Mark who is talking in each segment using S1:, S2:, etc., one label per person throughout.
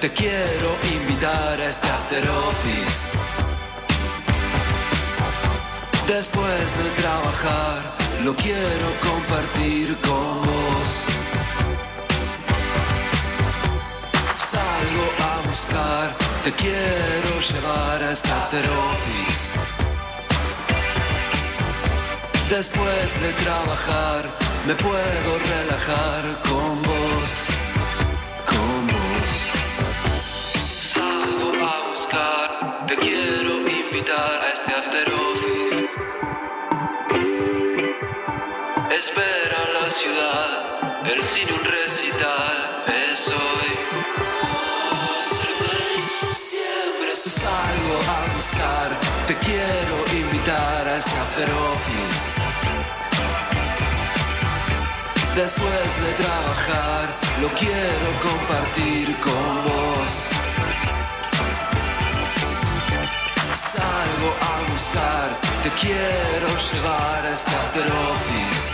S1: te quiero invitar a este after office. Después de trabajar, lo quiero compartir con vos. Salgo a buscar, te quiero llevar a este after office. Después de trabajar, me puedo relajar con vos. Con vos. Salgo a buscar, te quiero invitar a este after office. Espera la ciudad, el cine un recital, es hoy. Siempre salgo a buscar, te quiero invitar a este after office. Después de trabajar, lo quiero compartir con vos. Salgo a buscar, te quiero llevar a este after office.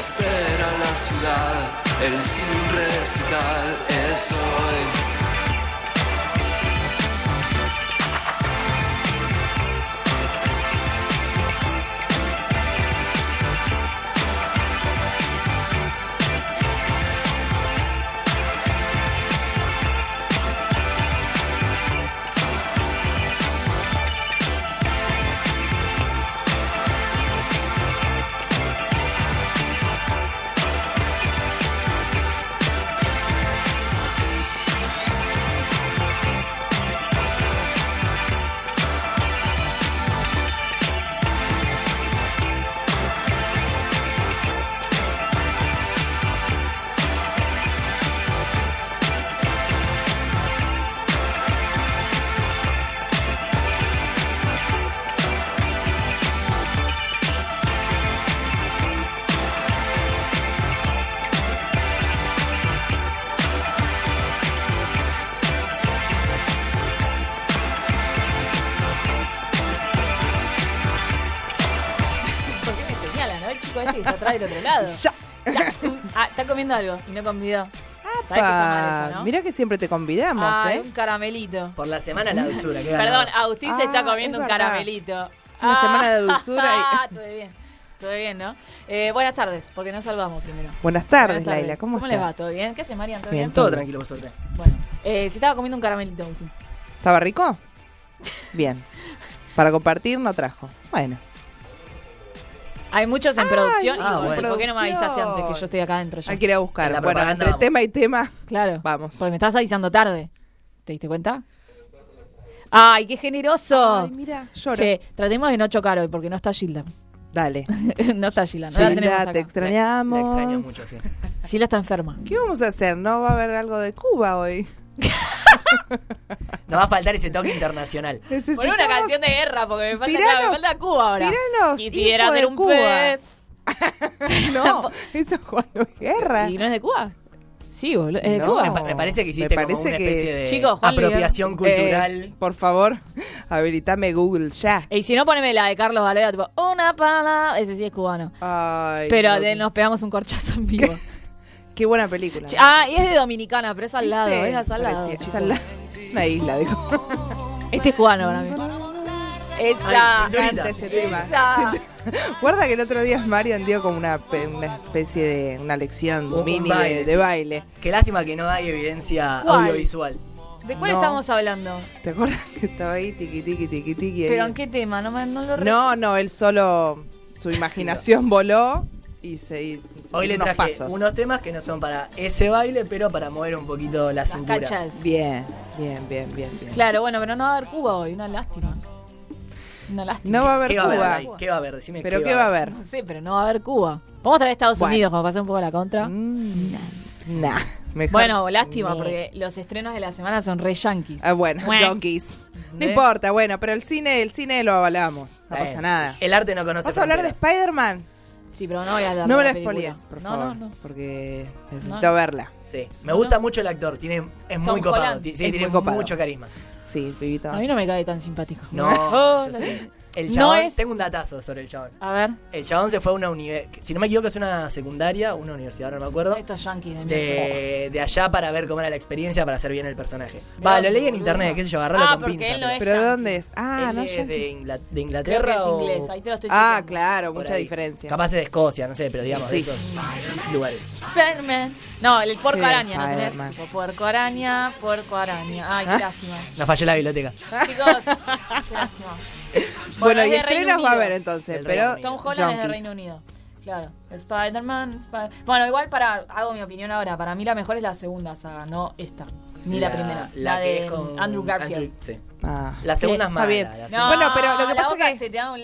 S1: Espera la ciudad, el sin recital es hoy.
S2: ¿Por qué me señalan? ¿No? El chico este que está atrás del otro lado.
S3: Ya.
S2: Ya. Ah, está comiendo algo y no convidó. ¿Sabes que está mal eso, no?
S3: Mirá que siempre te convidamos,
S2: Ah,
S3: ¿eh?
S2: un caramelito.
S4: Por la semana la dulzura. qué ganador.
S2: Perdón, Agustín se
S3: Ah,
S2: está comiendo
S3: es
S2: un
S3: verdad.
S2: caramelito. Una
S3: Una semana de dulzura y-
S2: Ah, todo bien. Todo bien, ¿no? Eh, buenas tardes, porque nos salvamos primero.
S3: Buenas tardes,
S2: Buenas tardes.
S3: Laila. ¿Cómo,
S2: les va?
S3: estás?
S2: ¿Todo bien? ¿Qué haces, Marian? ¿Todo bien?
S3: Bien.
S4: Todo tranquilo, por suerte.
S2: Bueno, eh, se estaba comiendo un caramelito, Agustín.
S3: ¿Estaba rico? Bien. Para compartir no trajo. Bueno.
S2: Hay muchos en producción.
S3: ah,
S4: hay
S2: y
S4: muchos en
S2: ¿Por qué no me
S3: producción.
S2: avisaste antes que yo estoy acá adentro ya?
S3: Hay que ir a buscar.
S4: En la
S3: Bueno,
S4: propaganda
S3: entre
S4: vamos.
S3: tema y tema.
S2: Claro.
S3: Vamos.
S2: Porque me estás avisando tarde. ¿Te diste cuenta? ¡Ay, qué generoso!
S3: Ay, mira, lloro.
S2: Oh. Che, tratemos de no chocar hoy porque no está Gilda.
S3: Dale.
S2: no está Gilda, no la tenemos
S3: Sheila,
S2: acá.
S3: te extrañamos.
S4: La extraño mucho, sí.
S2: Gilda está enferma.
S3: ¿Qué vamos a hacer? ¿No va a haber algo de Cuba hoy?
S4: Nos va a faltar ese toque internacional.
S2: Poné una canción de guerra porque me falta,
S3: Tiranos,
S2: claro, me falta Cuba ahora.
S3: tiranos,
S2: Quisiera
S3: info de
S2: ser un
S3: Cuba.
S2: pez.
S3: Necesitamos- No, eso es Juan Luis Guerra.
S2: ¿Y no es de Cuba? Sí, boludo, es de
S3: No.
S4: Me,
S2: Cuba.
S4: pa- me parece que hiciste
S3: Me parece
S4: como una
S3: que
S4: especie de
S2: es- Chicos, Juan
S4: apropiación cultural.
S3: Eh, por favor, habilitame Google ya.
S2: Y si no, poneme la de Carlos Valera, tipo, una palabra. Ese sí es cubano.
S3: Ay,
S2: Pero
S3: no-
S2: de- nos pegamos un corchazo en vivo.
S3: Qué buena película.
S2: Che, Ah, y es de Dominicana, pero es al lado,
S3: ¿Viste?
S2: es al lado.
S3: Parecía- es al lado. Es una isla, digo.
S2: Este es cubano para mí. Esa.
S4: Ay, señorita.
S3: Canta ese tema.
S2: Esa.
S3: Guarda que el otro día Marian dio como una, pe- una especie de una lección
S4: Un- un
S3: mini
S4: baile,
S3: de,
S4: sí.
S3: de baile.
S4: Qué lástima que no hay evidencia
S2: ¿Cuál?
S4: audiovisual.
S2: ¿De cuál
S3: No.
S2: estamos hablando?
S3: ¿Te acuerdas que estaba ahí tiqui tiqui tiqui tiqui? ahí?
S2: ¿Pero en qué tema? No, me- no lo re-
S3: No, no, él solo su imaginación voló y se y-
S4: Hoy le
S3: unos
S4: traje
S3: pasos.
S4: unos temas que no son para ese baile, pero para mover un poquito la
S2: Las
S4: cintura.
S2: cachas.
S3: Bien, bien, bien, bien, bien.
S2: Claro, bueno, pero no va a haber Cuba hoy, una lástima. Una lástima.
S3: No va a haber
S4: ¿Qué va a haber
S3: Cuba,
S4: ahí? ¿Qué va a haber? Decime
S3: pero ¿qué va a haber?
S2: No sé, pero no va a haber Cuba. Vamos a traer a Estados
S3: Bueno.
S2: Unidos como pasar un poco la contra.
S3: Mm, nah, mejor
S2: Bueno, lástima,
S3: ni-
S2: porque los estrenos de la semana son re yanquis.
S3: Ah, bueno,
S2: Mua.
S3: junkies. No
S2: ¿Eh?
S3: importa, bueno, pero el cine, el cine lo avalamos.
S4: Está
S3: No pasa
S4: bien.
S3: nada.
S4: El arte no conoce
S3: ¿Vas a hablar de
S4: fronteras.
S3: Spider-Man?
S2: Sí, pero no voy a hablar
S3: No
S2: de
S3: me
S2: la
S3: la
S2: película.
S3: spoilees, por
S2: no,
S3: favor.
S2: no, no.
S3: Porque necesito
S2: No.
S3: verla.
S4: Sí, me gusta mucho el actor, tiene, es muy
S2: Tom
S4: copado,
S2: Holland.
S4: ti- sí,
S3: Es
S4: tiene
S3: muy copado.
S4: mucho carisma.
S3: Sí, el pibito.
S2: A mí no me cae tan simpático.
S4: No,
S2: Oh,
S4: yo
S2: la-
S4: sé. El
S2: No
S4: chabón,
S2: es-
S4: tengo un datazo sobre el chabón.
S2: A ver,
S4: El chabón se fue a una universidad, si no me equivoco es una secundaria, una universidad, ahora no me acuerdo.
S2: estos yankees de mierda.
S4: De, de allá para ver cómo era la experiencia, para hacer bien el personaje. Va, lo leí en
S2: boludo.
S4: internet, qué sé yo, agarralo
S2: Ah,
S4: con
S2: porque
S4: pinza.
S2: él no
S4: pero-
S2: es
S3: ¿Pero de
S2: yankee.
S3: dónde es? Ah,
S4: Él
S3: no,
S4: es
S3: yankee.
S4: de, Ingla- de
S2: Creo que
S4: Inglaterra
S2: es
S4: o-
S2: inglés, ahí te lo estoy
S3: Ah,
S2: chequeando.
S3: claro,
S4: por
S3: mucha
S4: ahí.
S3: diferencia.
S4: Capaz es de Escocia, no sé, pero digamos, de
S3: Sí.
S4: esos lugares.
S2: Spiderman. No, el puerco
S3: Qué
S2: araña, ¿no
S3: Spiderman.
S2: tenés? Tipo, puerco araña, puerco araña. Ay, qué
S3: Ah.
S2: lástima.
S4: No fallé la biblioteca.
S2: Chicos, qué lástima.
S3: Bueno,
S2: es
S3: y
S2: de Reino
S3: estrenas va a
S2: Unido.
S3: haber entonces,
S4: Del Reino
S3: pero.
S4: Unido.
S2: Tom Holland es de
S3: Junkies.
S2: Reino Unido. Claro. Spider-Man, Spider- Bueno, igual para hago mi opinión ahora. Para mí la mejor es la segunda saga, no esta. Ni la, primera. La,
S4: que
S2: de
S4: es con
S2: Andrew Garfield.
S4: Andrew- sí.
S3: Ah.
S4: La segunda es
S3: Está
S4: mala.
S3: bien.
S4: La
S2: No,
S4: segunda,
S3: Bueno, pero lo que
S2: la
S3: pasa es
S2: boca
S3: que-
S2: se te da a un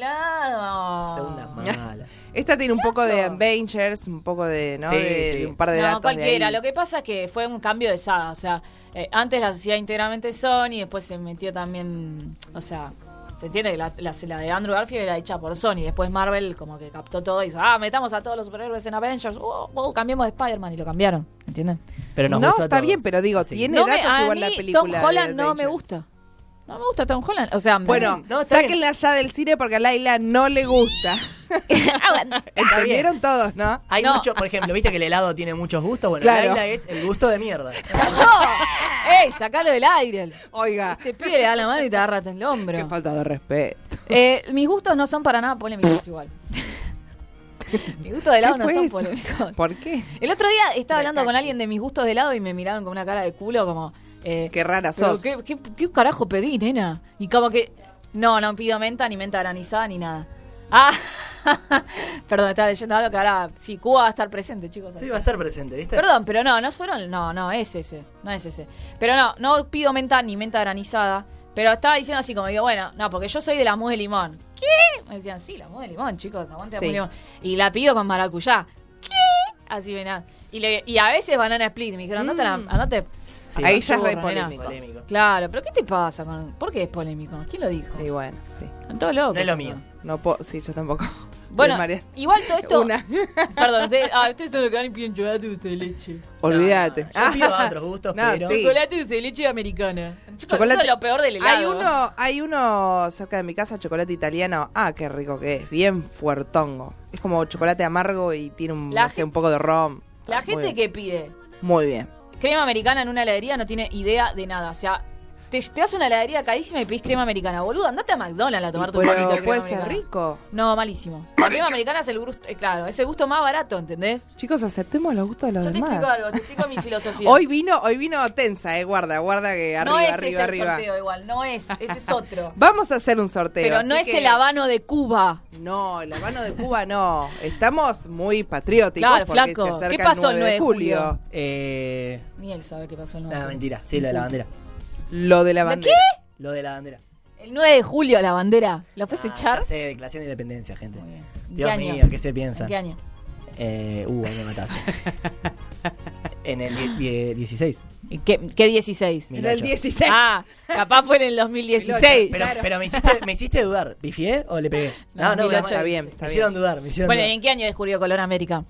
S2: lado.
S4: segunda es mala.
S3: Esta tiene un poco de
S2: Claro.
S3: Avengers, un poco de, ¿no?
S4: Sí,
S3: de,
S4: sí.
S3: de un par de
S2: No,
S3: datos.
S2: cualquiera.
S3: de ahí.
S2: Lo que pasa es que fue un cambio de saga. O sea, eh, antes las hacía íntegramente Sony, después se metió también. O sea, se entiende que la, la- la de Andrew Garfield era hecha por Sony. Después Marvel, como que captó todo y dijo, ah, metamos a todos los superhéroes en Avengers. Oh, oh, cambiemos de Spider-Man y lo cambiaron. ¿Entienden?
S4: Pero nos
S3: no,
S4: gustó a
S3: está
S4: todos.
S3: bien, pero digo,
S4: Sí.
S3: tiene
S2: No me-
S3: datos
S2: a
S3: igual la
S2: mí
S3: película.
S2: Tom
S3: de
S2: Holland no me
S3: Avengers.
S2: gusta. No me gusta Tom Holland. O sea, me-
S3: Bueno,
S4: No, está
S3: sáquenla ya del cine porque a Laila no le gusta.
S2: Aguanta.
S3: Entendieron todos, ¿no?
S4: Hay
S2: No.
S4: mucho, por ejemplo, viste que el helado tiene muchos gustos. Bueno,
S3: Claro.
S4: Laila es el gusto de mierda.
S2: ¡No! ¡Ey, sacalo del aire!
S3: Oiga,
S2: Este pibe le da la mano y te agarras el hombro.
S3: qué falta de respeto.
S2: Eh, mis gustos no son para nada polémicos igual. mis gustos de helado
S3: ¿Qué
S2: no
S3: fue
S2: son
S3: eso?
S2: polémicos.
S3: ¿Por qué?
S2: El otro día estaba hablando con alguien de mis gustos de helado y me miraron con una cara de culo como... eh,
S3: Qué rara
S2: pero
S3: sos.
S2: ¿qué, qué, qué carajo pedí, nena? Y como que... No, no pido menta, ni menta granizada, ni nada. Ah, perdón, estaba leyendo algo que ahora... Sí, Cuba va a estar presente, chicos.
S4: Sí, va a estar presente, ¿viste?
S2: Perdón, pero no, no fueron. No, no, es ese. No es ese. Pero no, no pido menta ni menta granizada. Pero estaba diciendo así como digo, bueno, no, porque yo soy de la mousse de limón. ¿Qué? Me decían, sí, la mousse de limón, chicos, aguante
S3: Sí.
S2: la mousse de limón. Y la pido con maracuyá. ¿Qué? Así venía. Y, le- y a veces banana split. Me dijeron, andate, la- andate.
S4: Sí,
S3: Mm. Ahí ya es
S2: Churro,
S3: re
S2: nena.
S3: polémico.
S4: polémico.
S2: Claro, pero ¿qué te pasa con.? ¿Por qué es polémico? ¿Quién lo dijo?
S3: Y bueno, sí.
S2: Están todos locos.
S4: No es lo mío.
S3: No puedo, sí, yo tampoco.
S2: Bueno,
S3: Mariana.
S2: igual todo esto.
S3: Una.
S2: Perdón, ustedes, ah, ustedes son los que van y piden chocolate dulce de leche.
S3: Olvídate.
S4: yo pido otros gustos,
S3: no,
S4: pero-
S3: sí.
S2: Chocolate dulce de leche americana. Chicos,
S3: Chocolate-
S2: eso es lo peor del helado.
S3: Hay uno, hay uno cerca de mi casa, chocolate italiano. Ah, qué rico que es, bien fuertongo. Es como chocolate amargo y tiene un,
S2: La
S3: no sé,
S2: gen-
S3: un poco de rom.
S2: La
S3: Está muy
S2: gente
S3: bien.
S2: que pide
S3: Muy bien.
S2: crema americana en una heladería no tiene idea de nada. O sea, te, te vas a una heladería carísima y pedís crema americana. Boludo, andate a McDonald's a tomar tu
S3: Pero
S2: poquito de crema
S3: puede ser
S2: americana.
S3: rico.
S2: No, malísimo. La crema americana es el gusto, eh, claro, es el gusto más barato, ¿entendés?
S3: Chicos, aceptemos los gustos de los
S2: Yo te
S3: demás.
S2: explico algo, te explico mi filosofía.
S3: Hoy vino, hoy vino tensa, eh, guarda, guarda que arriba,
S2: no es ese
S3: arriba,
S2: el
S3: arriba.
S2: sorteo igual, no es, ese es otro.
S3: Vamos a hacer un sorteo.
S2: Pero no
S3: así
S2: es
S3: que-
S2: el habano de Cuba.
S3: No, el habano de Cuba no. Estamos muy patrióticos
S2: Claro,
S3: porque
S2: flaco.
S3: se acerca
S2: ¿Qué pasó el
S3: 9 de
S2: 9 de julio?
S4: Eh,
S2: Ni él sabe qué pasó el 9 de julio.
S4: nada, Ah, mentira. Sí, lo de la bandera.
S3: Lo de la bandera.
S4: Lo de la bandera.
S2: El 9 de julio, la bandera. ¿Lo puedes
S4: Ah,
S2: echar?
S4: Ya sé, declaración de independencia, gente.
S2: Muy bien. ¿En
S4: Dios
S2: qué año?
S4: mío, ¿qué se piensa?
S2: ¿En qué año?
S4: Eh, uh, ahí me mataste. en el die- die- 16.
S2: ¿Y ¿Qué, qué 16?
S4: Mil-
S3: En el
S4: 18.
S3: 16.
S2: Ah, capaz fue en el 2016.
S4: Pero, pero me, hiciste, me hiciste dudar. ¿Pifié o le pegué? No, no,
S2: 2008.
S4: me-
S3: está bien, está
S4: me
S3: bien.
S4: hicieron dudar, me hicieron
S2: bueno, ¿y
S4: dudar.
S2: en qué año descubrió Colón América?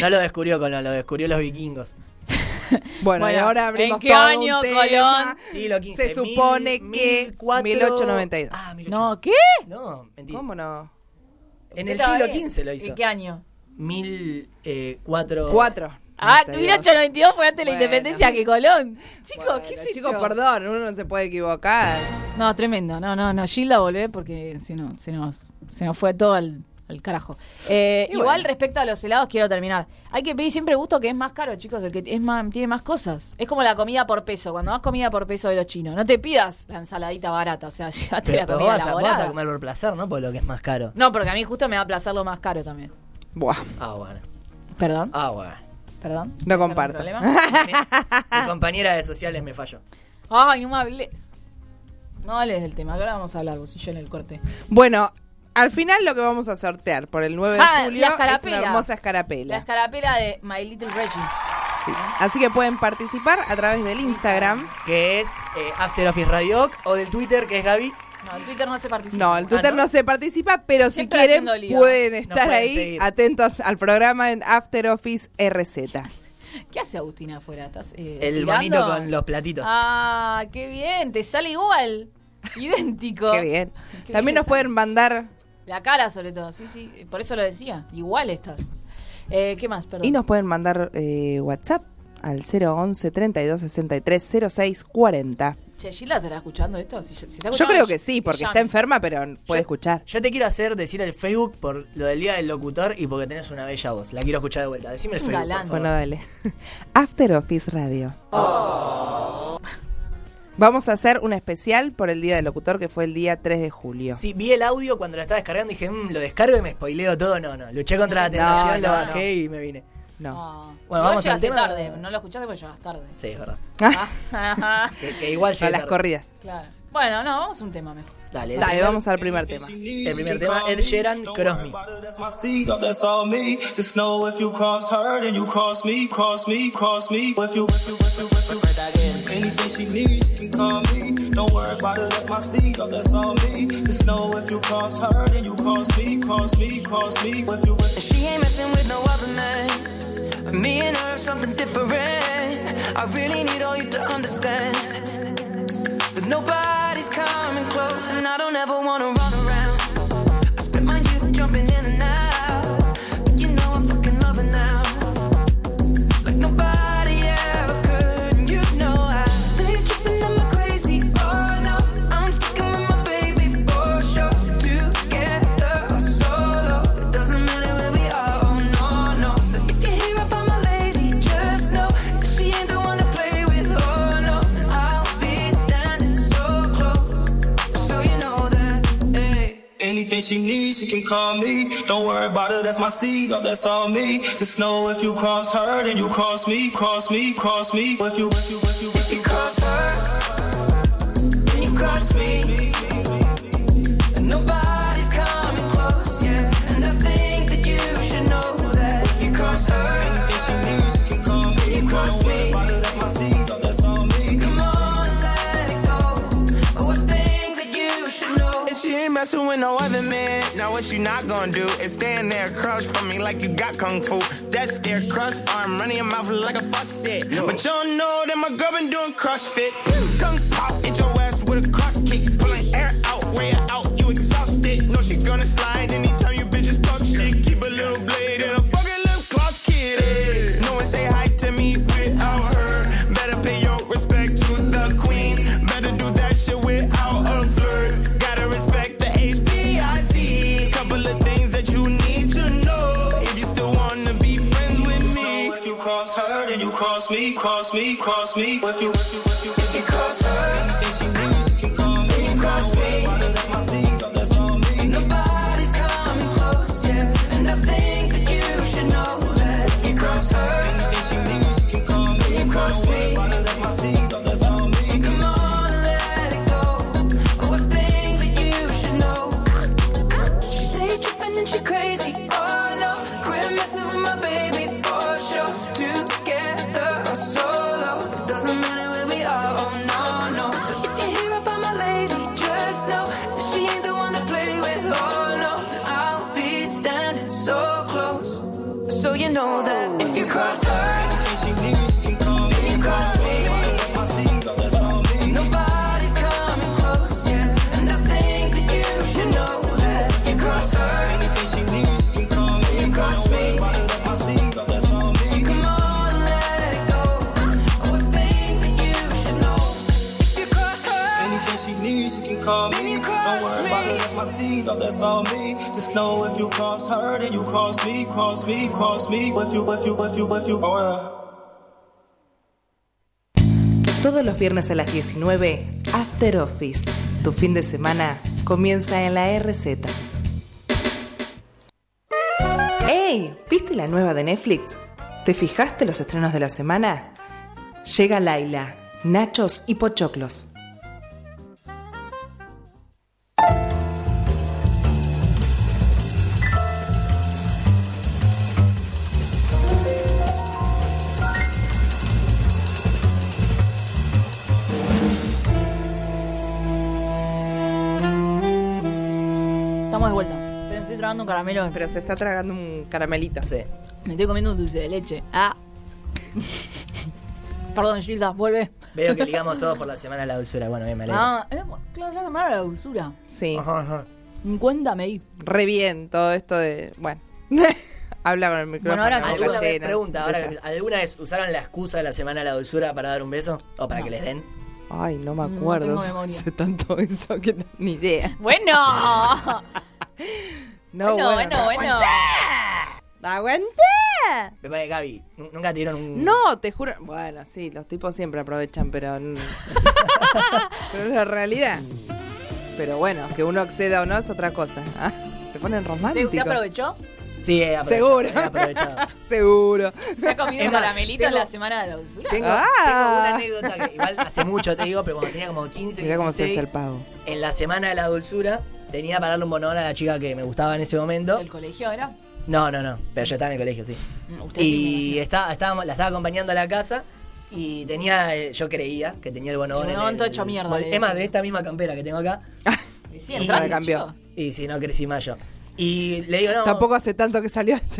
S4: No lo descubrió Colón, lo descubrió los vikingos.
S3: Bueno, y
S2: Bueno,
S3: ahora abrimos
S2: ¿en qué
S3: todo
S2: año,
S3: un tema.
S2: Colón?
S4: Siglo XV.
S3: Se supone
S4: mil-
S3: que
S4: mil cuatro-
S3: 1892.
S4: Ah, 1892.
S2: No, ¿qué?
S4: No, mentira.
S3: ¿Cómo no?
S4: En el
S2: Estaba
S4: siglo
S2: bien.
S4: XV lo hizo. eh,
S2: ¿En qué año?
S4: 1004.
S3: Cuatro.
S2: Ah,
S3: Misterioso.
S2: 1892 fue antes de
S3: Bueno.
S2: la independencia que Colón. Chicos,
S3: Bueno,
S2: ¿qué es esto?
S3: Chicos, perdón, uno no se puede equivocar.
S2: No, tremendo. No, no, no. Gilda volvé porque se nos, se nos, se nos fue todo al, al carajo. Eh,
S3: Y
S2: igual
S3: bueno.
S2: respecto a los helados quiero terminar. Hay que pedir siempre gusto que es más caro, chicos. El que es más, tiene más cosas. Es como la comida por peso. Cuando vas comida por peso de los chinos, no te pidas la ensaladita barata. O sea, llévate la
S4: Pero
S2: comida
S4: vas, a,
S2: elaborada.
S4: vas a comer por placer, ¿no? Por lo que es más caro.
S2: No, porque a mí justo me va a placer lo más caro también.
S3: Buah,
S4: Ah, bueno.
S2: Perdón,
S4: Ah, bueno.
S2: perdón.
S3: no
S2: ¿Algún
S3: comparto.
S2: problema?
S4: Mi, mi compañera de sociales me falló.
S2: Ay, no me hables. No hables del tema. que Ahora vamos a hablar vos y yo en el corte.
S3: Bueno, al final lo que vamos a sortear por el 9 de
S2: Ah,
S3: julio
S2: la
S3: es
S2: escarapela.
S3: una hermosa
S2: La
S3: escarapela.
S2: escarapela de My Little Reggie.
S3: Sí. Así que pueden participar a través del Instagram.
S4: Que es eh, After Office Radio Oc, o del Twitter, que es Gaby.
S2: No, en Twitter no se participa.
S3: No, el Twitter
S4: ¿no?
S3: no se participa, pero si
S2: Siempre
S3: quieren
S2: haciendo lío.
S3: pueden
S4: Nos
S3: estar
S4: pueden
S3: ahí
S4: seguir.
S3: atentos al programa en After Office RZ.
S2: ¿Qué hace Agustina afuera? ¿Estás, eh,
S4: El
S2: estirando?
S4: manito con los platitos.
S2: Ah, qué bien, te sale igual. idéntico.
S3: Qué bien.
S2: Qué
S3: También
S2: bien
S3: nos
S2: esa.
S3: pueden mandar
S2: La cara, sobre todo, sí, sí. Por eso lo decía. Igual estás. Eh, ¿Qué más? Perdón.
S3: y nos pueden mandar eh, WhatsApp al 011 32 63 06 40.
S2: Che, Gilda, ¿te está escuchando esto? Si- si está
S3: Yo
S2: escuchando,
S3: creo que sí, porque está
S2: llame.
S3: enferma, pero puede escuchar.
S4: Yo te quiero hacer decir el Facebook por lo del día del locutor y porque tenés una bella voz. La quiero escuchar de vuelta. Decime
S2: Es
S4: el
S2: un
S4: Facebook.
S2: galán.
S4: por
S3: Bueno,
S4: favor.
S3: dale. After Office Radio. Vamos a hacer una especial por el Día del Locutor, que fue el día 3 de julio.
S4: Sí, vi el audio cuando lo estaba descargando y dije, "Mm, lo descargo y me spoileo todo. No, no. Luché contra la
S2: No,
S4: tentación, lo
S3: no,
S4: bajé y me vine.
S3: No.
S2: Ah.
S4: Bueno,
S2: Igual
S4: vamos al
S2: llegaste
S4: tema.
S2: tarde. No lo escuchaste porque llegas tarde.
S4: Sí, es verdad.
S2: Ah,
S4: Que, que igual
S3: A
S4: llegué
S3: las
S4: tarde.
S3: corridas.
S2: claro. Bueno, no, vamos a un tema mejor.
S4: Dale,
S3: Dale, vamos al primer tema.
S4: El primer tema, Ed Sheeran, Cross Me.
S5: That's my seed, that's all me. Just know if you cross her, then you cross me, cross me, cross me. If you, if you, if you, if you, anything she needs, she can call me. Don't worry about it, that's my seed, that's all me. Just know if you cross her, then you cross me, cross me, cross me. If you, if you,
S6: She ain't messing with no other man. Me and her are something different. I really need all you to understand that nobody's coming close, and I don't ever wanna run around. I spent my youth jumping in and out, but you know I'm fucking loving now. Like nobody ever could, and you know I stay tripping on my crazy. Oh no, I'm sticking with my baby for sure. Together or solo, it doesn't matter where we are. Oh no, no. So if you hear about my lady, just know that she ain't the one to play with. Oh no, and I'll be standing so close, so you know that. Hey.
S5: anything she needs, she can call me. Don't worry about it, that's my seed, that's all me. Just know if you cross her, then you cross me, cross me, cross me. If you, if you, if you, if you.
S6: If you cross her, then you cross me. And nobody's coming close, yeah. And I think that you should know that if you cross her,
S5: If she needs, she can call me.
S6: you cross me.
S5: That's my seed, that's all me.
S6: Come on, let it go. Oh, I think that you should know.
S7: And she ain't messing with no other man. Now what you not gonna do is stand there crouch for me like you got kung fu. That's their crust arm running your mouth like a faucet. But you don't know that my girl been doing CrossFit. Kung pop hit your ass with a cross kick, pulling air out, way out. You exhausted. No, she gonna slide anytime you bitches talk shit. Keep a little blade in a fucking lip gloss, kid. eh. No one say hi to me without her. Better pay your respect to the queen. Better do that shit without a flirt. Gotta respect the HBIC. Couple of things that you need to know if you still wanna be friends with me.
S5: So if you cross her, then you cross me, cross me, cross me. If you, if you, if you, if
S6: You
S5: you
S6: cross her,
S5: think she needs, she can call me.
S6: you cross me.
S5: That's my seed, that's all me.
S6: Nobody's coming close, yeah. And I think that you should know that if you cross her,
S5: If she needs, she can call me.
S6: you cross me.
S5: That's my seed, that's all me.
S6: Come on, let it go. Oh, I think that you should know. She stay tripping and she crazy. Oh no, quit messing with my baby for sure. Together or solo, it doesn't matter where we are. Oh no, no. So if you hear about my lady, just know that she ain't the one to play with. Oh no, and I'll be standing so close, so you know that if you cross her.
S5: If she needs, she can call me.
S6: You cross me.
S5: That's my seed, that's all me.
S6: Nobody's coming close, yeah. And I think that you should know that if you cross her,
S5: If she needs, she can call me.
S6: you cross me.
S5: That's my seed, that's all me.
S6: Come on, let it go. Oh, I think that you should know if you cross her.
S5: Anything she needs, she can call
S6: Then
S5: me.
S6: you cross
S5: Don't worry about
S6: me.
S5: it, that's my seed, oh, that's all me. Just know if you cross her, then you cross me, cross me, cross me. If you, if you, if you, if you, oh yeah.
S3: Todos los viernes a las 19, After Office. Tu fin de semana comienza en la RZ. ¡Ey! ¿Viste la nueva de Netflix? ¿Te fijaste los estrenos de la semana? Llega Laila, Nachos y Pochoclos.
S2: Estamos de vuelta. Pero estoy tragando un caramelo.
S3: Pero se está tragando un caramelito.
S4: Sí.
S2: Me estoy comiendo un dulce de leche. Ah. Perdón, Gilda, vuelve.
S4: Veo que ligamos todos por la semana de la dulzura. Bueno, bien, me alegro.
S2: Ah, eh, bueno, claro, la semana de la dulzura.
S3: Sí.
S4: Ajá, ajá.
S2: Cuéntame ahí.
S3: Re bien todo esto de. Bueno. Habla con el micrófono.
S2: ahora
S3: boca
S2: sí,
S4: ¿Alguna vez,
S3: llena.
S4: Ah, pregunta, ahora,
S3: Esa.
S4: ¿alguna vez usaron la excusa de la semana de la dulzura para dar un beso? ¿O para que les den?
S3: Ay, no me
S2: Mm, No
S3: acuerdo.
S2: tengo memoria.
S3: Hace tanto eso que no- ni idea.
S2: Bueno.
S3: No,
S2: bueno, bueno, bueno.
S3: ¡Aguanté!
S4: Me parece que Gaby, nu- nunca te dieron
S2: Mm.
S4: un.
S3: No, te juro. Bueno, sí, los tipos siempre aprovechan, pero. n- pero es la realidad. Pero bueno, que uno acceda o no es otra cosa. Ah, Se ponen
S2: ¿Te, te
S3: románticos.
S2: aprovechó?
S4: Sí, he aprovechado,
S3: Seguro.
S4: he aprovechado.
S3: Seguro.
S2: ¿Se ha comido
S4: Es
S2: un
S4: más,
S2: caramelito en
S4: tengo-
S2: la semana de la dulzura?
S4: Tengo,
S3: Ah.
S4: tengo una anécdota que igual hace mucho te digo, pero cuando tenía como 15,
S3: Mirá cómo se hace
S4: 16,
S3: el pavo.
S4: en la semana de la dulzura tenía para darle un bonón a la chica que me gustaba en ese momento.
S2: ¿Del colegio era?
S4: No, no, no, pero yo estaba en el colegio, sí.
S2: Mm, Usted sí.
S4: Y estaba, estábamos- la estaba acompañando a la casa y tenía, eh, yo creía que tenía el bonón.
S2: El
S4: en
S2: bonón todo hecho mierda,
S4: bol-
S2: le
S4: Es más,
S2: dicen.
S4: de esta misma campera que tengo acá.
S2: me- Sí,
S4: y-
S2: entrando,
S3: cambió.
S2: chico.
S4: Y si no, crecí más yo. Y le digo, no.
S3: Tampoco hace tanto que salió el
S4: Claro,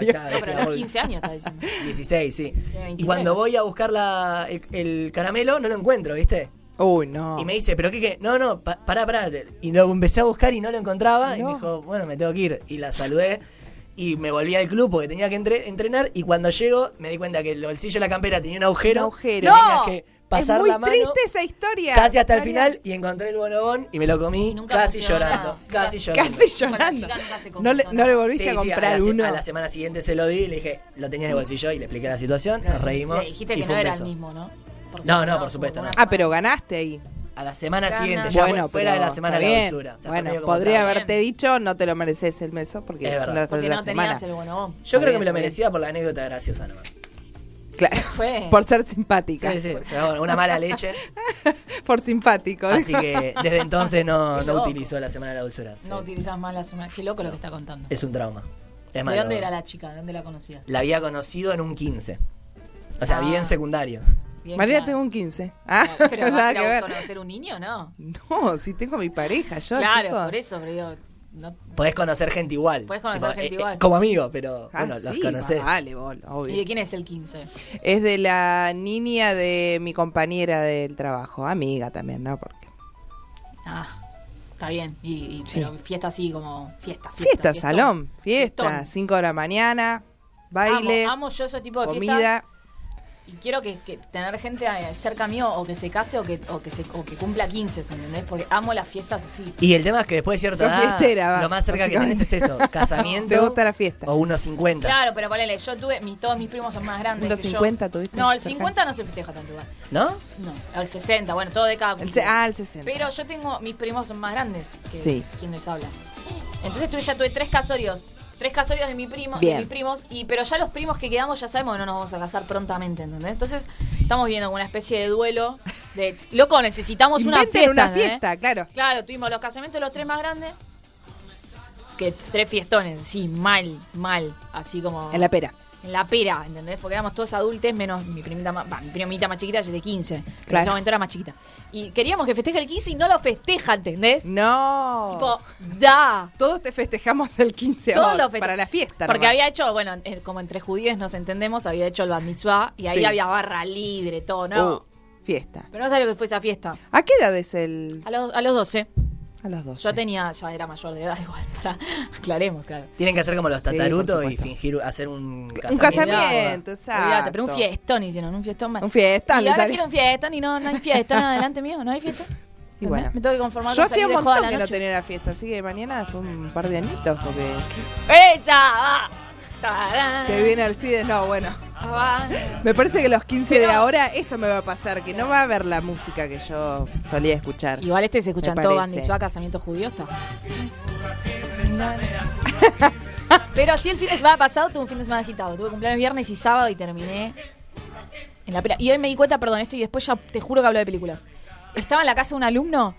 S3: secundario.
S4: claro.
S2: No, pero a
S4: claro,
S2: los 15 años está diciendo.
S4: 16, sí. Y
S2: 23.
S4: cuando voy a buscar la- el, el caramelo, no lo encuentro, ¿viste?
S3: Uy, no.
S4: Y me dice, ¿pero qué qué? No, no, pa- pará, pará. Y lo empecé a buscar y no lo encontraba. Y me dijo, bueno, me tengo que ir. Y la saludé. Y me volví al club porque tenía que entre- entrenar. Y cuando llego, me di cuenta que el bolsillo de la campera tenía un agujero.
S3: Un agujero.
S4: que
S3: ¡No!
S4: tenías que pasar
S3: es muy
S4: la mano
S3: triste esa historia.
S4: Casi hasta el
S3: Mariana.
S4: final. Y encontré el bonobón y me lo comí.
S2: Y nunca
S4: Casi
S2: funcionó
S4: llorando.
S2: nada.
S4: Casi
S2: Nunca-
S4: llorando.
S3: Casi
S2: Bueno, la
S3: llorando.
S2: chica nunca se
S3: No le,
S2: compensó,
S3: no le
S2: ¿no?
S3: volviste
S4: Sí,
S3: a
S4: sí,
S3: comprar
S4: la se-
S3: uno.
S4: a la semana siguiente se lo di y le dije, lo tenía en el bolsillo y le expliqué la situación, nos reímos.
S2: Le dijiste
S4: y
S2: que
S4: fue
S2: no
S4: un
S2: era el
S4: beso.
S2: mismo, ¿no? Porque
S4: No,
S2: si
S4: no, por supuesto,
S2: como
S4: no.
S2: una
S3: Ah, pero ganaste ahí.
S4: A la semana
S2: Gana.
S4: siguiente, ya
S3: bueno,
S4: fue- fuera de
S3: pero
S4: la semana
S3: está
S4: de la
S3: bien.
S4: dulzura. O sea, fue medio
S3: bueno,
S4: como
S3: podría
S4: tal.
S2: haber-
S3: haberte dicho, no te lo mereces el beso porque
S4: Es verdad.
S3: no fue
S2: Porque
S3: la
S2: no
S3: semana.
S2: tenías el bonobón.
S4: Yo creo que
S3: bien,
S4: me lo
S3: está
S4: merecía por la anécdota graciosa nomás.
S3: Claro.
S2: Fue.
S3: Por ser simpática.
S4: Sí, sí, pero una mala leche.
S3: Por simpático.
S4: Así que desde entonces no,
S2: Qué
S4: no
S2: loco.
S4: utilizó la semana de la dulzura. Sí.
S2: No utilizás más la semana. Qué loco lo que está contando.
S4: Es un trauma. Es
S2: ¿De
S4: malo.
S2: dónde era la chica? ¿De dónde la conocías?
S4: La había conocido en un 15. O sea,
S2: Ah.
S4: bien secundario.
S2: Bien
S3: María,
S2: clara.
S3: tengo un 15. Ah,
S2: Claro, Pero
S3: nada
S2: ¿vas
S3: que
S2: a
S3: ver.
S2: conocer un niño, no?
S3: No, si tengo mi pareja, yo.
S2: Claro,
S3: chico.
S2: por eso, pero digo, no,
S4: Podés conocer gente igual. eh,
S2: Podés conocer gente igual.
S4: Como amigo, pero
S3: Ah,
S4: bueno, los
S3: sí,
S4: conocés.
S3: Vale, bol, obvio.
S2: ¿Y de quién es el 15?
S3: Es de la niña de mi compañera del trabajo, amiga también, ¿no? Porque
S2: Ah, está bien. Y, y- pero fiesta así como fiesta, fiesta.
S3: fiesta,
S2: fiestón.
S3: salón, fiesta,
S2: Fiestón.
S3: 5 de la mañana, baile,
S2: Amo, amo yo ese tipo de fiesta.
S3: comida.
S2: Y quiero que, que tener gente eh, cerca mío o que se case o que, o que, se, o que cumpla 15, ¿entendés? Porque amo las fiestas así.
S4: Y el tema es que después de cierta
S3: Sos
S4: edad,
S3: fiestera, va,
S4: lo más cerca que tenés es eso, casamiento.
S3: Te gusta la fiesta.
S4: O unos 50.
S2: Claro, pero ponele, yo tuve, mis, todos mis primos son más grandes.
S3: ¿Unos
S2: que yo.
S3: 50 tuviste?
S2: No, el
S3: Cerca.
S2: 50 no se festeja tanto igual.
S4: ¿No?
S2: No, el 60, bueno, todo de cada
S3: El se-
S2: cultura.
S3: ah, el 60.
S2: Pero yo tengo, mis primos son más grandes que
S3: Sí.
S2: quienes hablan. Entonces tuve, ya tuve tres casorios. Tres casorios de mi primo, de
S3: Bien.
S2: mis primos, y pero ya los primos que quedamos ya sabemos que no nos vamos a casar prontamente, ¿entendés? Entonces estamos viendo una especie de duelo de loco, necesitamos una
S3: Inventen
S2: fiesta. ¿eh?
S3: una
S2: ¿entendés?
S3: fiesta, claro.
S2: Claro, tuvimos los casamientos de los tres más grandes. Que tres fiestones, sí, mal, mal. Así como.
S3: En la pera.
S2: En la pera, ¿entendés? Porque éramos todos adultos, menos mi primita más, va, mi primita más chiquita, yo de 15. que En
S3: Claro.
S2: ese momento era más chiquita. Y queríamos que festeje el 15 y no lo festeja, ¿entendés?
S3: No.
S2: Tipo, da.
S3: todos te festejamos el 15
S2: Todos
S3: vos,
S2: lo feste-
S3: para la fiesta.
S2: Porque
S3: nomás.
S2: había hecho, bueno, eh, como entre judíos nos entendemos, había hecho el bat mitzvah y ahí
S3: Sí.
S2: había barra libre, todo, ¿no?
S3: Uh, fiesta.
S2: Pero no sabes lo que fue esa fiesta.
S3: ¿A qué edad es el
S2: A los, a los 12.
S3: a los 12?
S2: Yo tenía, ya era mayor de edad igual, para aclaremos, claro.
S4: Tienen que hacer como los
S3: Sí, por
S4: tatarutos y
S3: supuesto.
S4: fingir hacer un casamiento.
S3: un
S2: Olvídate,
S3: casamiento, exacto.
S2: pero un fiestón hicieron, un fiestón más.
S3: Un fiestón,
S2: Y
S3: le
S2: ahora
S3: salió.
S2: quiero un fiestón y no, no hay fiestón adelante mío, no hay fiestón.
S3: Y bueno.
S2: Me tengo que conformar
S3: Yo
S2: con
S3: hacía
S2: salir de
S3: un
S2: joda a
S3: montón
S2: la
S3: que no
S2: noche.
S3: tenía una fiesta, así que mañana fue un par de añitos porque
S2: ¡Esa! va. Tarán,
S3: se viene al CIDE. No, bueno.
S2: va.
S3: Me parece que los 15 de ahora eso me va a pasar, que no va a haber la música que yo solía escuchar.
S2: Igual este se escuchan
S3: Me
S2: todo
S3: parece.
S2: bandisua, casamiento judío, está. Pero sí, el fin de semana pasado tuve un fin de semana agitado. Tuve cumpleaños viernes y sábado y terminé en la pera. Y hoy me di cuenta, perdón, esto y después ya te juro que hablo de películas. Estaba en la casa de un alumno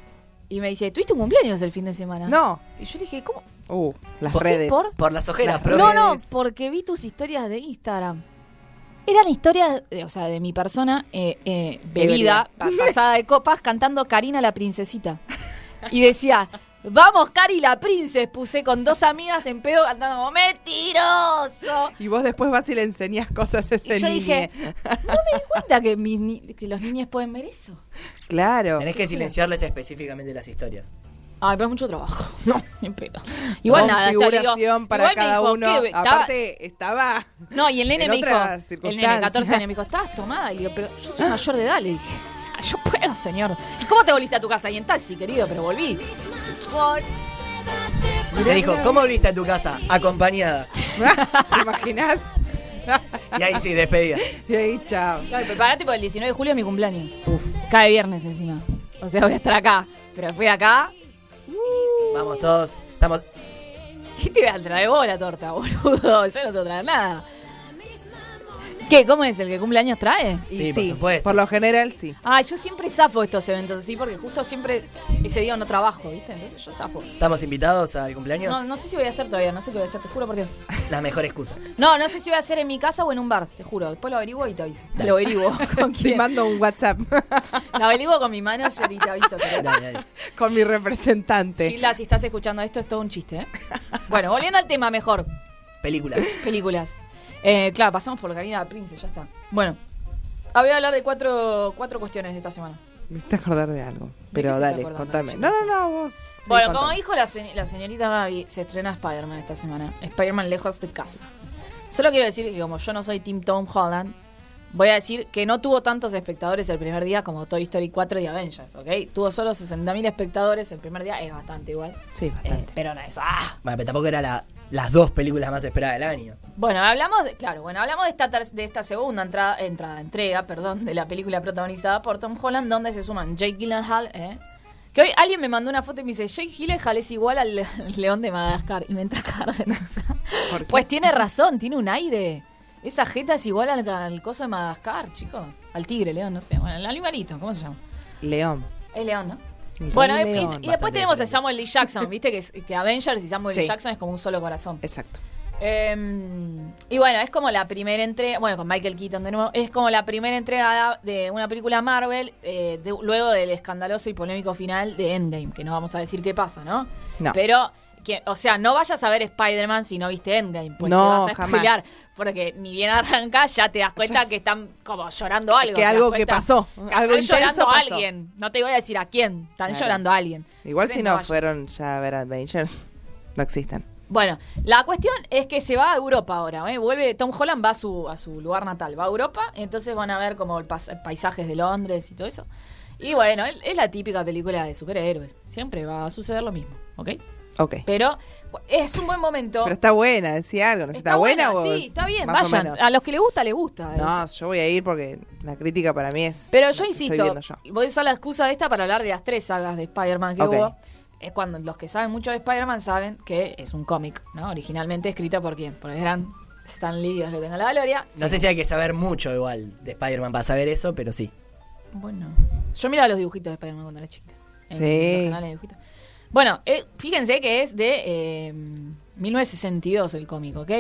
S2: y me dice, ¿tuviste un cumpleaños el fin de semana?
S3: No.
S2: Y yo le dije, ¿cómo?
S3: Uh, las
S2: ¿Sí,
S3: redes.
S2: por?
S4: Por las ojeras,
S3: Las
S4: pero
S2: No, no, porque vi tus historias de Instagram. Eran historias, de- o sea, de mi persona, eh, eh, bebida, pa- pasada de copas, cantando Karina la princesita. Y decía, Vamos, Cari la Princes, puse con dos amigas en pedo cantando como mentiroso.
S8: Y vos después vas y le enseñás cosas a ese
S2: Y yo
S8: niño.
S2: dije, no me di cuenta que, mis ni- que los niños pueden ver eso.
S8: Claro.
S4: Tenés que silenciarles específicamente las historias.
S2: Ay, pero es mucho trabajo. No, ni pedo. Igual nada, hasta le digo-
S8: Configuración para
S2: igual me
S8: cada
S2: dijo,
S8: uno.
S2: ¿qué? Estaba-
S8: Aparte, estaba.
S2: No, y el nene
S8: en
S2: me dijo,
S8: otras
S2: el nene de
S8: circunstancias.
S2: 14 años me dijo, estabas tomada. Y le digo, pero yo soy mayor de edad, le dije. O sea, yo puedo, señor. ¿Y cómo te volviste a tu casa? Y en taxi, querido, pero volví. Por-
S4: Me dijo, ¿cómo volviste a tu casa? Acompañada.
S8: ¿Te imaginás?
S4: Y ahí sí, despedida.
S8: Y ahí, chao.
S2: Claro, preparate porque el 19 de julio es mi cumpleaños. Cae viernes encima. O sea, voy a estar acá. Pero fui acá.
S4: Vamos todos. Estamos.
S2: ¿Qué te voy a traer vos la torta, boludo? Yo no te voy a traer nada. ¿Qué? ¿Cómo es? ¿El que cumpleaños trae?
S8: Y
S4: Sí,
S8: sí,
S4: por supuesto.
S8: por lo general sí.
S2: Ah, yo siempre zafo estos eventos así porque justo siempre ese día no trabajo, ¿viste? Entonces yo zafo.
S4: ¿Estamos invitados al cumpleaños?
S2: No, no sé si voy a hacer todavía, no sé qué voy a hacer, te juro por Dios.
S4: La mejor excusa.
S2: No, no sé si voy a hacer en mi casa o en un bar, te juro. Después lo averiguo y te aviso. Lo averiguo. ¿Con
S8: Te
S2: quién?
S8: mando un WhatsApp
S2: Lo averiguo con mi manager y te aviso. pero-
S4: Dale, dale.
S8: con mi representante.
S2: Gilda, si estás escuchando esto, es todo un chiste, ¿eh? Bueno, volviendo al tema mejor.
S4: Película.
S2: Películas. Eh, claro, pasamos por Karina Prince, ya está. Bueno, ah, voy a hablar de cuatro, cuatro cuestiones de esta semana.
S8: Me hiciste acordar de algo. Pero
S2: qué se te
S8: dale,
S2: acordando,
S8: contame.
S2: chica?
S8: No, no, no, vos. Sí,
S2: bueno,
S8: contame.
S2: como dijo la, se- la señorita Gaby, se estrena Spider-Man esta semana. Spider-Man lejos de casa. Solo quiero decir que como yo no soy Team Tom Holland, voy a decir que no tuvo tantos espectadores el primer día como Toy Story 4 y Avengers, ¿ok? Tuvo solo 60.000 espectadores el primer día, es bastante igual.
S8: Sí, bastante.
S2: Eh, pero no es... ¡ah!
S4: Bueno, pero tampoco era la- las dos películas más esperadas del año.
S2: Bueno, hablamos, de, claro, bueno, hablamos de esta, ter- de esta segunda entrada, entrada, entrega, perdón, de la película protagonizada por Tom Holland, donde se suman Jake Gyllenhaal, ¿eh? Que hoy alguien me mandó una foto y me dice, Jake Gyllenhaal es igual al le- al león de Madagascar, y me entra cárdenas.
S8: ¿Por qué?
S2: Pues tiene razón, tiene un aire. Esa jeta es igual al, al coso de Madagascar, chicos. Al tigre, león, no sé. Bueno, el animalito, ¿cómo se llama?
S8: León.
S2: Es león, ¿no?
S8: El
S2: Bueno,
S8: Rey
S2: y- y-
S8: León,
S2: y, después
S4: bastante
S2: tenemos a
S4: diferentes.
S2: Samuel Lee Jackson, viste que, es- que Avengers y Samuel Lee
S8: Sí.
S2: Jackson es como un solo corazón.
S8: Exacto.
S2: Eh, y bueno, es como la primera entrega, bueno, con Michael Keaton de nuevo, es como la primera entrega de una película Marvel eh, de- luego del escandaloso y polémico final de Endgame, que no vamos a decir qué pasa, ¿no?
S8: No.
S2: Pero, que, o sea, no vayas a ver Spider-Man si no viste Endgame, pues
S8: No,
S2: te vas a
S8: jamás.
S2: spoilear, porque ni bien arranca ya te das cuenta que están como llorando algo. te
S8: que
S2: das
S8: algo que
S2: cuenta.
S8: pasó, algo
S2: están llorando
S8: intenso
S2: a
S8: pasó.
S2: alguien, no te voy a decir a quién, están
S8: Claro.
S2: llorando a alguien.
S8: Igual si
S2: Entonces
S8: no
S2: vayas.
S8: fueron ya a ver Avengers, no existen.
S2: Bueno, la cuestión es que se va a Europa ahora, ¿eh? Vuelve, Tom Holland va a su, a su lugar natal, va a Europa, entonces van a ver como el pas- paisajes de Londres y todo eso. Y bueno, es es la típica película de superhéroes. Siempre va a suceder lo mismo, ¿ok?
S8: Ok.
S2: Pero es un buen momento.
S8: Pero está buena, decía algo. ¿no? ¿Está, buena, o
S2: Sí,
S8: es
S2: está bien,
S8: más o
S2: vayan.
S8: menos?
S2: A los que les gusta, les gusta.
S8: No,
S2: eso.
S8: yo voy a ir porque la crítica para mí es.
S2: Pero yo
S8: lo que estoy
S2: insisto,
S8: viendo yo.
S2: voy a usar la excusa de esta para hablar de las tres sagas de Spider-Man que
S8: Ok.
S2: hubo. Es cuando los que saben mucho de Spider-Man saben que es un cómic, ¿no? Originalmente escrito por quién? Por el gran Stan Lee, Dios lo tenga la gloria.
S4: No sé si hay que saber mucho igual de Spider-Man para saber eso, pero sí.
S2: Bueno, yo miraba los dibujitos de Spider-Man cuando era chiquita. en
S8: Sí.
S2: los canales de dibujitos. Bueno, eh, fíjense que es de eh, 1962 el cómic, ¿ok?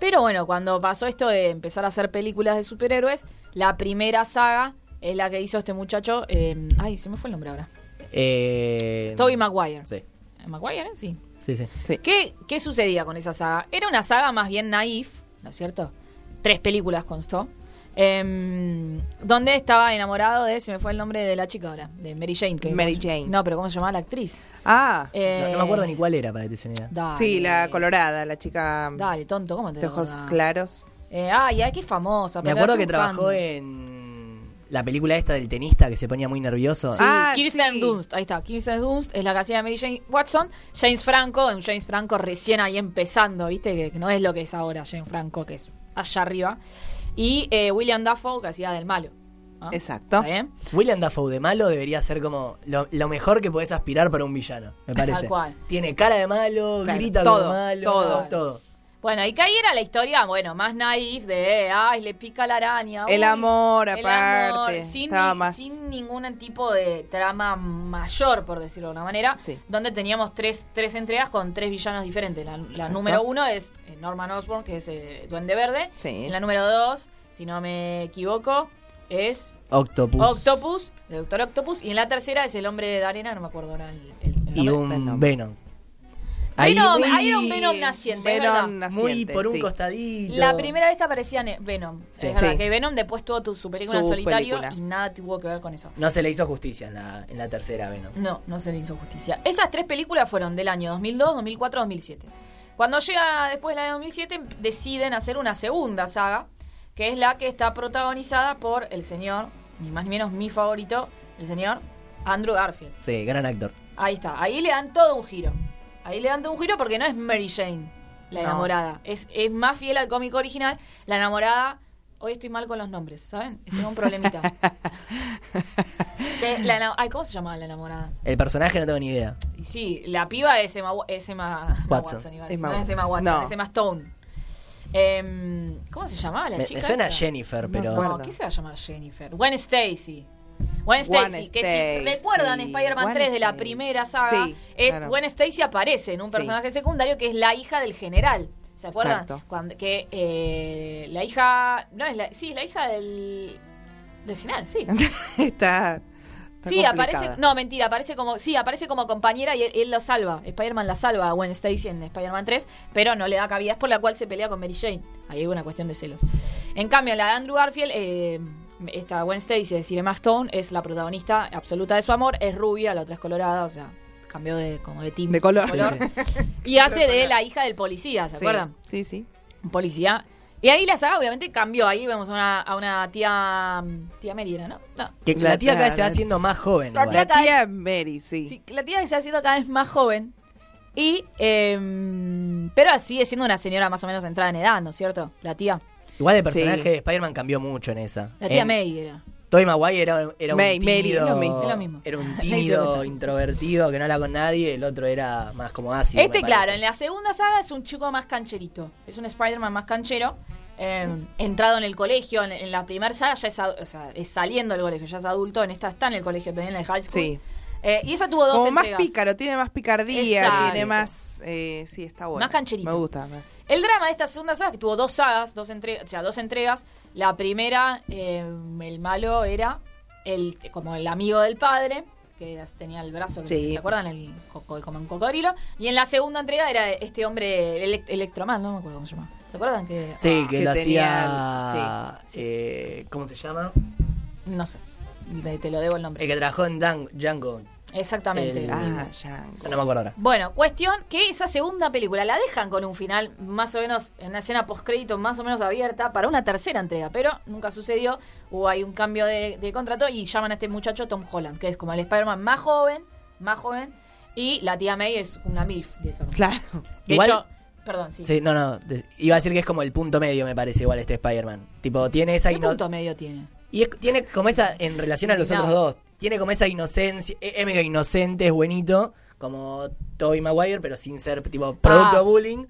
S2: Pero bueno, cuando pasó esto de empezar a hacer películas de superhéroes, la primera saga es la que hizo este muchacho. eh, ay, se me fue el nombre ahora.
S4: Eh...
S2: Tobey Maguire.
S4: Sí,
S2: Maguire, eh? sí.
S4: sí, sí.
S8: Sí.
S2: ¿Qué, ¿Qué sucedía con esa saga? Era una saga más bien naif, ¿no es cierto? Tres películas constó. em, donde estaba enamorado de, se me fue el nombre de la chica ahora, de Mary Jane. Que
S8: Mary Jane.
S2: No, pero ¿cómo se llamaba la actriz?
S8: Ah,
S2: Eh,
S4: No, no me acuerdo ni cuál era para que te des una idea.
S2: dale,
S8: sí, la colorada, la chica
S2: Dale, tonto, ¿cómo te
S8: de ojos
S2: acordás?
S8: claros.
S2: Eh, ay, ay, qué famosa.
S4: Me
S2: pero la
S4: acuerdo
S2: estoy
S4: que trabajó
S2: buscando.
S4: en la película esta del tenista que se ponía muy nervioso.
S2: Sí,
S8: Ah,
S2: Kirsten
S8: sí.
S2: Dunst, ahí está, Kirsten Dunst es la que hacía de Mary Jane Watson, James Franco, un James Franco recién ahí empezando, viste, que, que no es lo que es ahora James Franco, que es allá arriba, y eh, William Dafoe, que hacía del malo. ¿Ah?
S8: Exacto.
S2: ¿Está bien?
S4: William Dafoe de malo debería ser como lo, lo mejor que podés aspirar para un villano, me parece.
S2: Tal cual.
S4: Tiene cara de malo,
S8: Claro,
S4: grita
S8: todo,
S4: como malo,
S8: todo.
S4: todo.
S2: Bueno, y que ahí era la historia, bueno, más naif de, eh, ay, le pica la araña.
S8: El
S2: uy,
S8: amor,
S2: el
S8: aparte,
S2: amor, sin,
S8: estaba
S2: ni-
S8: más-
S2: sin ningún tipo de trama mayor, por decirlo de alguna manera,
S8: Sí.
S2: donde teníamos tres, tres entregas con tres villanos diferentes. La, la número uno es eh, Norman Osborn, que es eh, Duende Verde.
S8: Sí.
S2: Y La número dos, si no me equivoco, es...
S4: Octopus.
S2: Octopus, de Doctor Octopus. Y en la tercera es el hombre de arena, no me acuerdo ahora el, el- el
S4: y
S2: nombre.
S4: un Venom.
S2: Venom,
S4: muy-
S2: ahí era un Venom naciente, es
S8: Venom
S2: verdad.
S8: naciente,
S4: muy por un
S8: sí.
S4: costadito.
S2: La primera vez que aparecía ne- Venom.
S4: Sí.
S2: Es verdad
S8: Sí.
S2: que Venom después tuvo tu, su película en
S8: Su
S2: solitario
S8: película.
S2: y nada tuvo que ver con eso.
S4: No se le hizo justicia en la, en la tercera Venom.
S2: No, no se le hizo justicia. Esas tres películas fueron del año 2002, 2004, 2007. Cuando llega después la de 2007, deciden hacer una segunda saga, que es la que está protagonizada por el señor, ni más ni menos mi favorito, el señor Andrew Garfield.
S4: Sí, gran actor.
S2: Ahí está, ahí le dan todo un giro. Ahí le dan todo un giro porque no es Mary Jane, la
S8: No.
S2: enamorada. Es, es más fiel al cómic original. La enamorada, hoy estoy mal con los nombres, ¿saben? Tengo un problemita. Que la ena- ay, ¿Cómo se llamaba la enamorada?
S4: El personaje no tengo ni idea.
S2: Y sí, la piba es Emma, Wa- es Emma, Emma
S4: Watson.
S2: Watson. iba a decir.
S8: Emma
S2: no es
S8: Watson.
S2: Emma Watson,
S8: No.
S2: es Emma Stone. Em, ¿Cómo se llamaba la
S4: Me, me
S2: chica?
S4: suena
S2: esta?
S4: Jennifer, pero.
S2: No, ¿qué se va a llamar Jennifer? Gwen Stacy. Gwen Stacy, que si
S8: Stacy.
S2: recuerdan Spider-Man
S8: Gwen
S2: 3 de la
S8: Stacy.
S2: primera saga,
S8: Sí,
S2: es
S8: claro.
S2: Gwen Stacy aparece en un
S8: Sí.
S2: personaje secundario que es la hija del general. ¿Se acuerdan?
S8: Exacto.
S2: Cuando, que eh, la hija. No, es la, sí, es la hija del. Del general, sí.
S8: está, está
S2: Sí, aparece.
S8: complicada.
S2: No, mentira, aparece como. Sí, aparece como compañera y él, él la salva. Spider-Man la salva a Gwen Stacy en Spider-Man 3, pero no le da cabida. Es por la cual se pelea con Mary Jane. Ahí hay una cuestión de celos. En cambio, la de Andrew Garfield, eh, esta Gwen Stacy, es decir, Emma Stone, es la protagonista absoluta de su amor. Es rubia, la otra es colorada, o sea, cambió de, como de team.
S8: De color.
S2: Y hace de la hija del policía, ¿se
S8: Sí,
S2: acuerdan?
S8: Sí, sí.
S2: Un policía. Y ahí la saga obviamente cambió. Ahí vemos a una, a una tía. Tía Mary, era, ¿no? No.
S4: Que la tía acá
S8: La-
S4: se va
S8: la-
S4: haciendo más joven.
S2: La
S4: igual.
S2: tía-
S8: La tía Mary, sí.
S2: Sí, la tía se ha sido cada vez más joven. Y. em, pero sigue siendo una señora más o menos entrada en edad, ¿no es cierto? La tía.
S4: Igual el personaje
S8: Sí.
S4: de Spider-Man cambió mucho en esa.
S2: La tía
S4: En-
S2: May era.
S4: Tobey Maguire era, era
S8: May-
S4: un
S8: Mary,
S4: tímido,
S8: es lo mismo.
S2: Es lo mismo.
S4: era un
S2: Me hizo
S4: tímido,
S2: gustar.
S4: introvertido, que no habla con nadie, el otro era más como ácido.
S2: este,
S4: me
S2: claro,
S4: parece.
S2: en la segunda saga es un chico más cancherito. Es un Spider-Man más canchero. em, entrado en el colegio. En, en la primera saga ya es, ad- o sea, es saliendo del colegio, ya es adulto. En esta está en el colegio, todavía en el high school.
S8: Sí.
S2: Eh, y esa tuvo dos
S8: Como más
S2: entregas.
S8: pícaro, tiene más picardía,
S2: Exacto.
S8: tiene más... eh, sí, está bueno.
S2: Más cancherito.
S8: Me gusta más.
S2: El drama de esta segunda saga, que tuvo dos sagas, dos entregas, o sea, dos entregas. La primera, eh, el malo era el como el amigo del padre, que era- tenía el brazo, que-
S8: Sí.
S2: ¿se acuerdan? El, coco- como un cocodrilo. Y en la segunda entrega era este hombre elec- Electroman, no me acuerdo cómo se llama. ¿Se acuerdan? Que,
S4: Sí, que,
S8: que
S4: lo
S8: tenía
S4: hacía. eh, ¿Cómo se llama?
S2: No sé, te, te lo debo el
S4: El
S2: nombre.
S4: que trabajó en Dan- Django.
S2: Exactamente.
S4: Eh, el-
S8: Ah, Django.
S4: No me acuerdo ahora.
S2: Bueno, cuestión que esa segunda película la dejan con un final más o menos, en una escena postcrédito más o menos abierta para una tercera entrega, pero nunca sucedió. Hubo ahí un cambio de, de contrato y llaman a este muchacho Tom Holland, que es como el Spider-Man más joven, más joven, y la tía May es una MILF directamente.
S8: Claro.
S2: De
S4: Igual-
S2: hecho, perdón, sí.
S4: Sí, no, no. de- iba a decir que es como el punto medio, me parece, igual este Spider-Man. Tipo, tiene esa
S2: ¿Qué
S4: ino-
S2: punto medio tiene?
S4: Y es- tiene como esa, en relación a los
S2: No.
S4: otros dos, tiene como esa inocencia, e, es es medio inocente, es buenito, como Toby Maguire, pero sin ser tipo producto
S2: Ah.
S4: de bullying.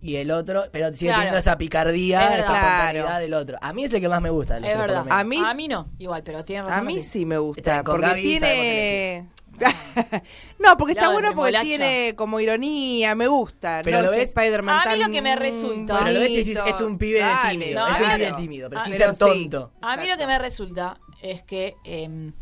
S4: Y el otro, pero sigue
S2: Claro.
S4: teniendo esa
S2: Es
S4: picardía,
S2: verdad.
S4: esa espontaneidad
S8: Claro.
S4: del otro. A mí es el que más me gusta. de los
S2: Es
S4: tres, por lo
S2: verdad.
S4: menos.
S2: A
S8: A
S2: mí,
S8: mí-
S2: a mí no, igual, pero tiene razón.
S8: A mí
S2: Martín.
S8: sí me gusta,
S4: Está, con
S8: porque
S4: Gaby
S8: tiene... no, porque está
S2: Claro,
S8: bueno
S2: el
S8: porque
S2: remolacha.
S8: tiene como ironía, me gusta.
S4: Pero
S8: no
S4: lo
S8: es
S4: ves-
S8: Spider-Man
S2: A mí
S8: tan
S2: lo que me resulta-
S4: Pero lo ves y decís,
S8: bonito.
S4: es un pibe de
S8: Dale,
S4: tímido.
S2: No,
S4: es un
S2: claro.
S4: pibe de tímido, pero
S2: Ah,
S4: sin
S8: pero
S4: ser
S8: sí.
S4: tonto.
S2: A mí
S8: Exacto.
S2: lo que me resulta es que eh,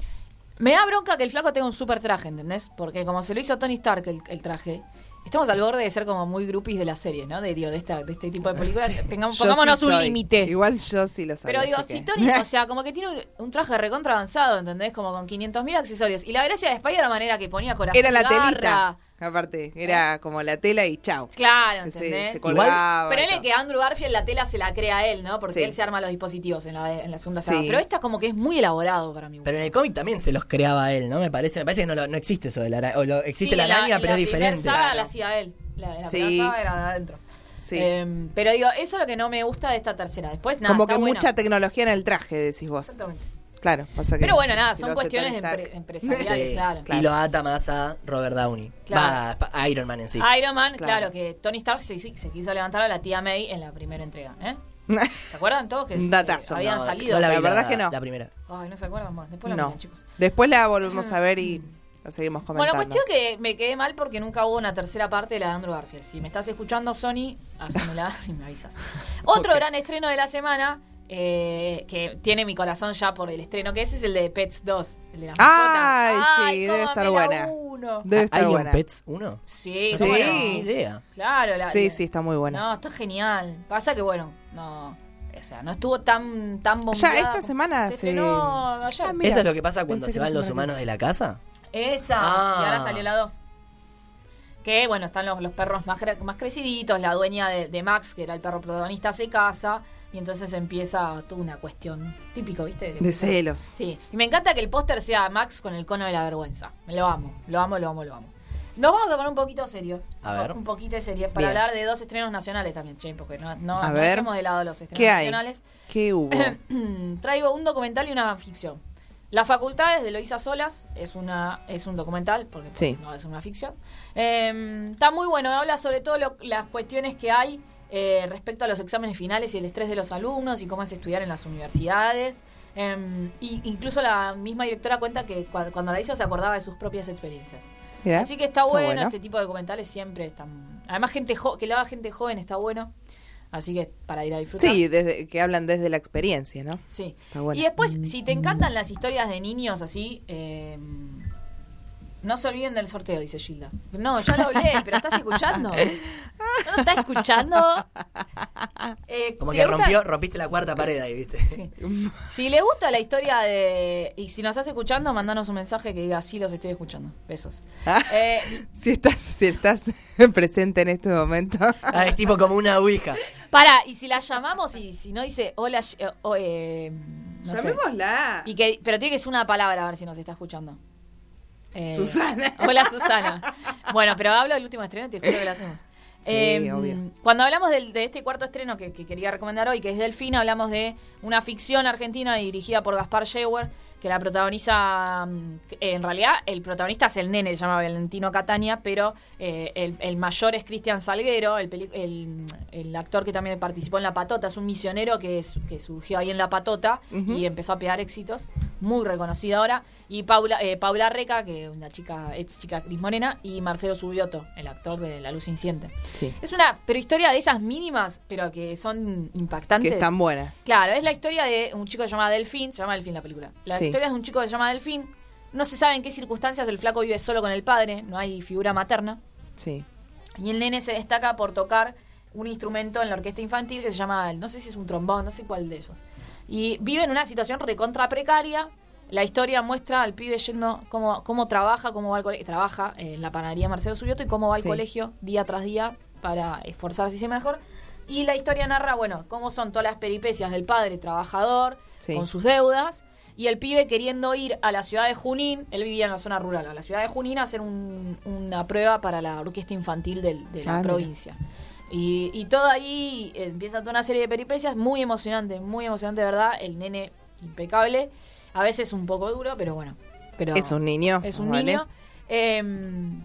S2: me da bronca que el flaco tenga un super traje, ¿entendés? Porque como se lo hizo Tony Stark el, el traje, estamos al borde de ser como muy groupies de las series, ¿no? De, digo, de, esta, de este tipo de películas. Tengamos,
S8: Yo
S2: pongámonos
S8: sí
S2: un
S8: soy.
S2: límite.
S8: Igual yo sí lo sabía.
S2: Pero digo,
S8: así
S2: si
S8: que-
S2: Tony, o sea, como que tiene un, un traje recontra avanzado, ¿entendés? Como con 500.000 accesorios. Y la gracia de Spider-Man era que ponía corazón.
S8: Era la
S2: garra.
S8: telita. Aparte, era como la tela y chao.
S2: Claro,
S8: Se-
S2: ¿entendés?
S8: Se,
S3: Ah,
S8: colgaba.
S2: Pero
S8: y
S2: él es
S8: todo.
S2: que Andrew Garfield la tela se la crea él, ¿no? Porque
S8: Sí.
S2: él se arma los dispositivos en la, en la segunda saga.
S8: Sí.
S2: Pero esta como que es muy elaborado para mí.
S4: Pero en el cómic también se los creaba él, ¿no? Me parece, me parece que no, lo- no existe eso de la araña. O lo- existe
S2: Sí,
S4: la
S2: en
S4: araña,
S2: en
S4: pero es
S2: la primera
S4: diferente.
S2: saga la hacía él. La, la
S8: Sí.
S2: primera saga era de adentro.
S8: Sí.
S2: Em, pero digo, eso es lo que no me gusta de esta tercera. Después, nada,
S8: como
S2: está
S8: que
S2: buena.
S8: mucha tecnología en el traje, decís vos.
S2: Exactamente.
S8: Claro, pasa que.
S2: Pero bueno,
S8: si-
S2: nada,
S8: si
S2: son
S8: lo hace
S2: cuestiones de
S8: Tony Stark.
S2: empre-
S4: Sí.
S2: empresariales, claro.
S4: Y lo ata más a Robert Downey.
S2: Claro.
S4: Va a Iron Man en sí.
S2: Iron Man, claro.
S8: Claro.
S2: que Tony Stark se, se quiso levantar a la tía May en la primera entrega. ¿eh? ¿Se acuerdan todos que
S8: Un
S2: eh,
S8: datazo.
S2: habían
S4: No,
S2: salido?
S4: no
S8: la
S4: vi,
S8: verdad que no.
S4: La primera.
S2: Ay, no se acuerdan más. Después lo
S8: no.
S2: miran, chicos.
S8: Después la volvemos a ver y la seguimos comentando.
S2: Bueno, cuestión que me quedé mal porque nunca hubo una tercera parte de la de Andrew Garfield. Si me estás escuchando, Sony, hacémela y me avisas. Otro gran estreno de la semana eh, que tiene mi corazón ya por el estreno, que ese es el de Pets 2, el de las
S8: Ay,
S2: mascotas.
S8: sí, debe
S2: cómo
S8: estar
S2: me la
S8: buena.
S2: uno.
S8: Debe estar
S4: ¿Hay un
S8: buena.
S4: Ah, Pets 1?
S2: Sí,
S8: Sí.
S2: cómo
S4: Ni
S2: no.
S4: idea.
S2: Claro, la-
S8: Sí,
S2: la-
S8: sí, está muy buena.
S2: No, está genial. Pasa que bueno, no, o sea, no estuvo tan tan bombeada.
S8: Ya esta semana
S2: se
S8: se-
S2: estrenó ayer.
S8: Ah, mira.
S4: ¿Eso es lo que pasa cuando
S8: pensé
S4: se
S8: que
S4: van
S8: no
S4: los
S8: se
S4: humanos de la casa?
S2: Esa.
S4: Ah.
S2: Y ahora salió la 2. Que bueno, están los, los perros más, cre- más creciditos. La dueña de, de Max, que era el perro protagonista, se casa. Y entonces empieza toda una cuestión típico, ¿viste?
S8: De celos.
S2: Sí. Y me encanta que el póster sea Max con el cono de la vergüenza. Me lo amo, lo amo, lo amo, lo amo. Nos vamos a poner un poquito serios.
S4: A ver.
S2: Un poquito de serios. Para
S4: Bien.
S2: hablar de dos estrenos nacionales también, che, porque no, no,
S8: A
S2: no
S8: ver.
S2: dejemos de lado los estrenos
S8: ¿Qué hay?
S2: nacionales.
S8: ¿Qué hubo?
S2: Traigo un documental y una ficción. Las facultades de Loisa Solas es una es un documental, porque pues,
S8: Sí.
S2: no es una ficción. Eh, está muy bueno, habla sobre todo lo- las cuestiones que hay eh, respecto a los exámenes finales y el estrés de los alumnos y cómo es estudiar en las universidades. Eh, y incluso la misma directora cuenta que cua- cuando la hizo se acordaba de sus propias experiencias.
S3: ¿Eh?
S8: Mirá,
S2: Así que está bueno,
S8: bueno.
S2: este tipo de documentales siempre están. Además, gente jo- que lo haga gente joven está bueno. Así que para ir a disfrutar.
S8: Sí, desde, que hablan desde la experiencia, ¿no?
S2: Sí.
S8: Está bueno.
S2: Y después, si te encantan las historias de niños así, eh, no se olviden del sorteo, dice Gilda. No, ya lo hablé, pero ¿estás escuchando? ¿No lo estás escuchando? Eh,
S4: Como
S2: si
S4: que
S2: le gusta-
S4: rompió, rompiste la cuarta pared ahí, ¿viste?
S2: sí. Si le gusta la historia de... Y si nos estás escuchando, mandanos un mensaje que diga, sí, los estoy escuchando. Besos. Eh,
S8: Ah, Si estás, si estás presente en este momento.
S4: Ah, es tipo como una ouija.
S2: para, y si la llamamos y si no dice, hola... Sh- eh, oh, eh, no sé.
S8: Llamémosla.
S2: Y que, pero tiene que ser una palabra a ver si nos está escuchando. Eh,
S8: Susana.
S2: Hola Susana. Bueno, pero hablo del último estreno, te juro que lo hacemos. Em,
S8: Sí, obvio.
S2: Cuando hablamos del- de este cuarto estreno que, que quería recomendar hoy, que es Delfín, hablamos de una ficción argentina dirigida por Gaspar Scheuer, que la protagoniza, mm, eh, en realidad el protagonista es el nene, se llama Valentino Catania, pero eh, el, el mayor es Cristian Salguero, el, peli- el- el actor que también participó en La Patota, es un misionero que, es- que surgió ahí en La Patota y empezó a pegar éxitos, muy reconocido ahora, y Paula, eh, Paula Reca, que es una chica, ex chica Cris Morena, y Marcelo Subioto, el actor de La Luz Inciente.
S8: Sí.
S2: Es una pero historia de esas mínimas, pero que son
S8: Que
S2: impactantes.
S8: están buenas.
S2: Claro, es la historia de un chico que se llama Delfín, se llama Delfín la película. La
S8: Sí.
S2: historia es de un chico que se llama Delfín. No se sabe en qué circunstancias el flaco vive solo con el padre, no hay figura materna.
S8: Sí.
S2: Y el nene se destaca por tocar un instrumento en la orquesta infantil que se llama, no sé si es un trombón, no sé cuál de ellos. Y vive en una situación recontra precaria. La historia muestra al pibe yendo cómo, cómo trabaja, cómo va al colegio, trabaja en la panadería Marcelo Subioto y cómo va al
S8: Sí.
S2: colegio día tras día para esforzarse y ser mejor. Y la historia narra, bueno, cómo son todas las peripecias del padre trabajador,
S8: Sí.
S2: con sus deudas, y el pibe queriendo ir a la ciudad de Junín, él vivía en la zona rural, a la ciudad de Junín a hacer un- una prueba para la orquesta infantil del- de la
S8: Ah, mira.
S2: provincia. Y, y todo ahí eh, empieza toda una serie de peripecias muy emocionante, muy emocionante, de ¿verdad? El nene impecable, a veces un poco duro, pero bueno. Pero
S8: Es un niño.
S2: es un
S8: ¿vale?
S2: niño. Eh,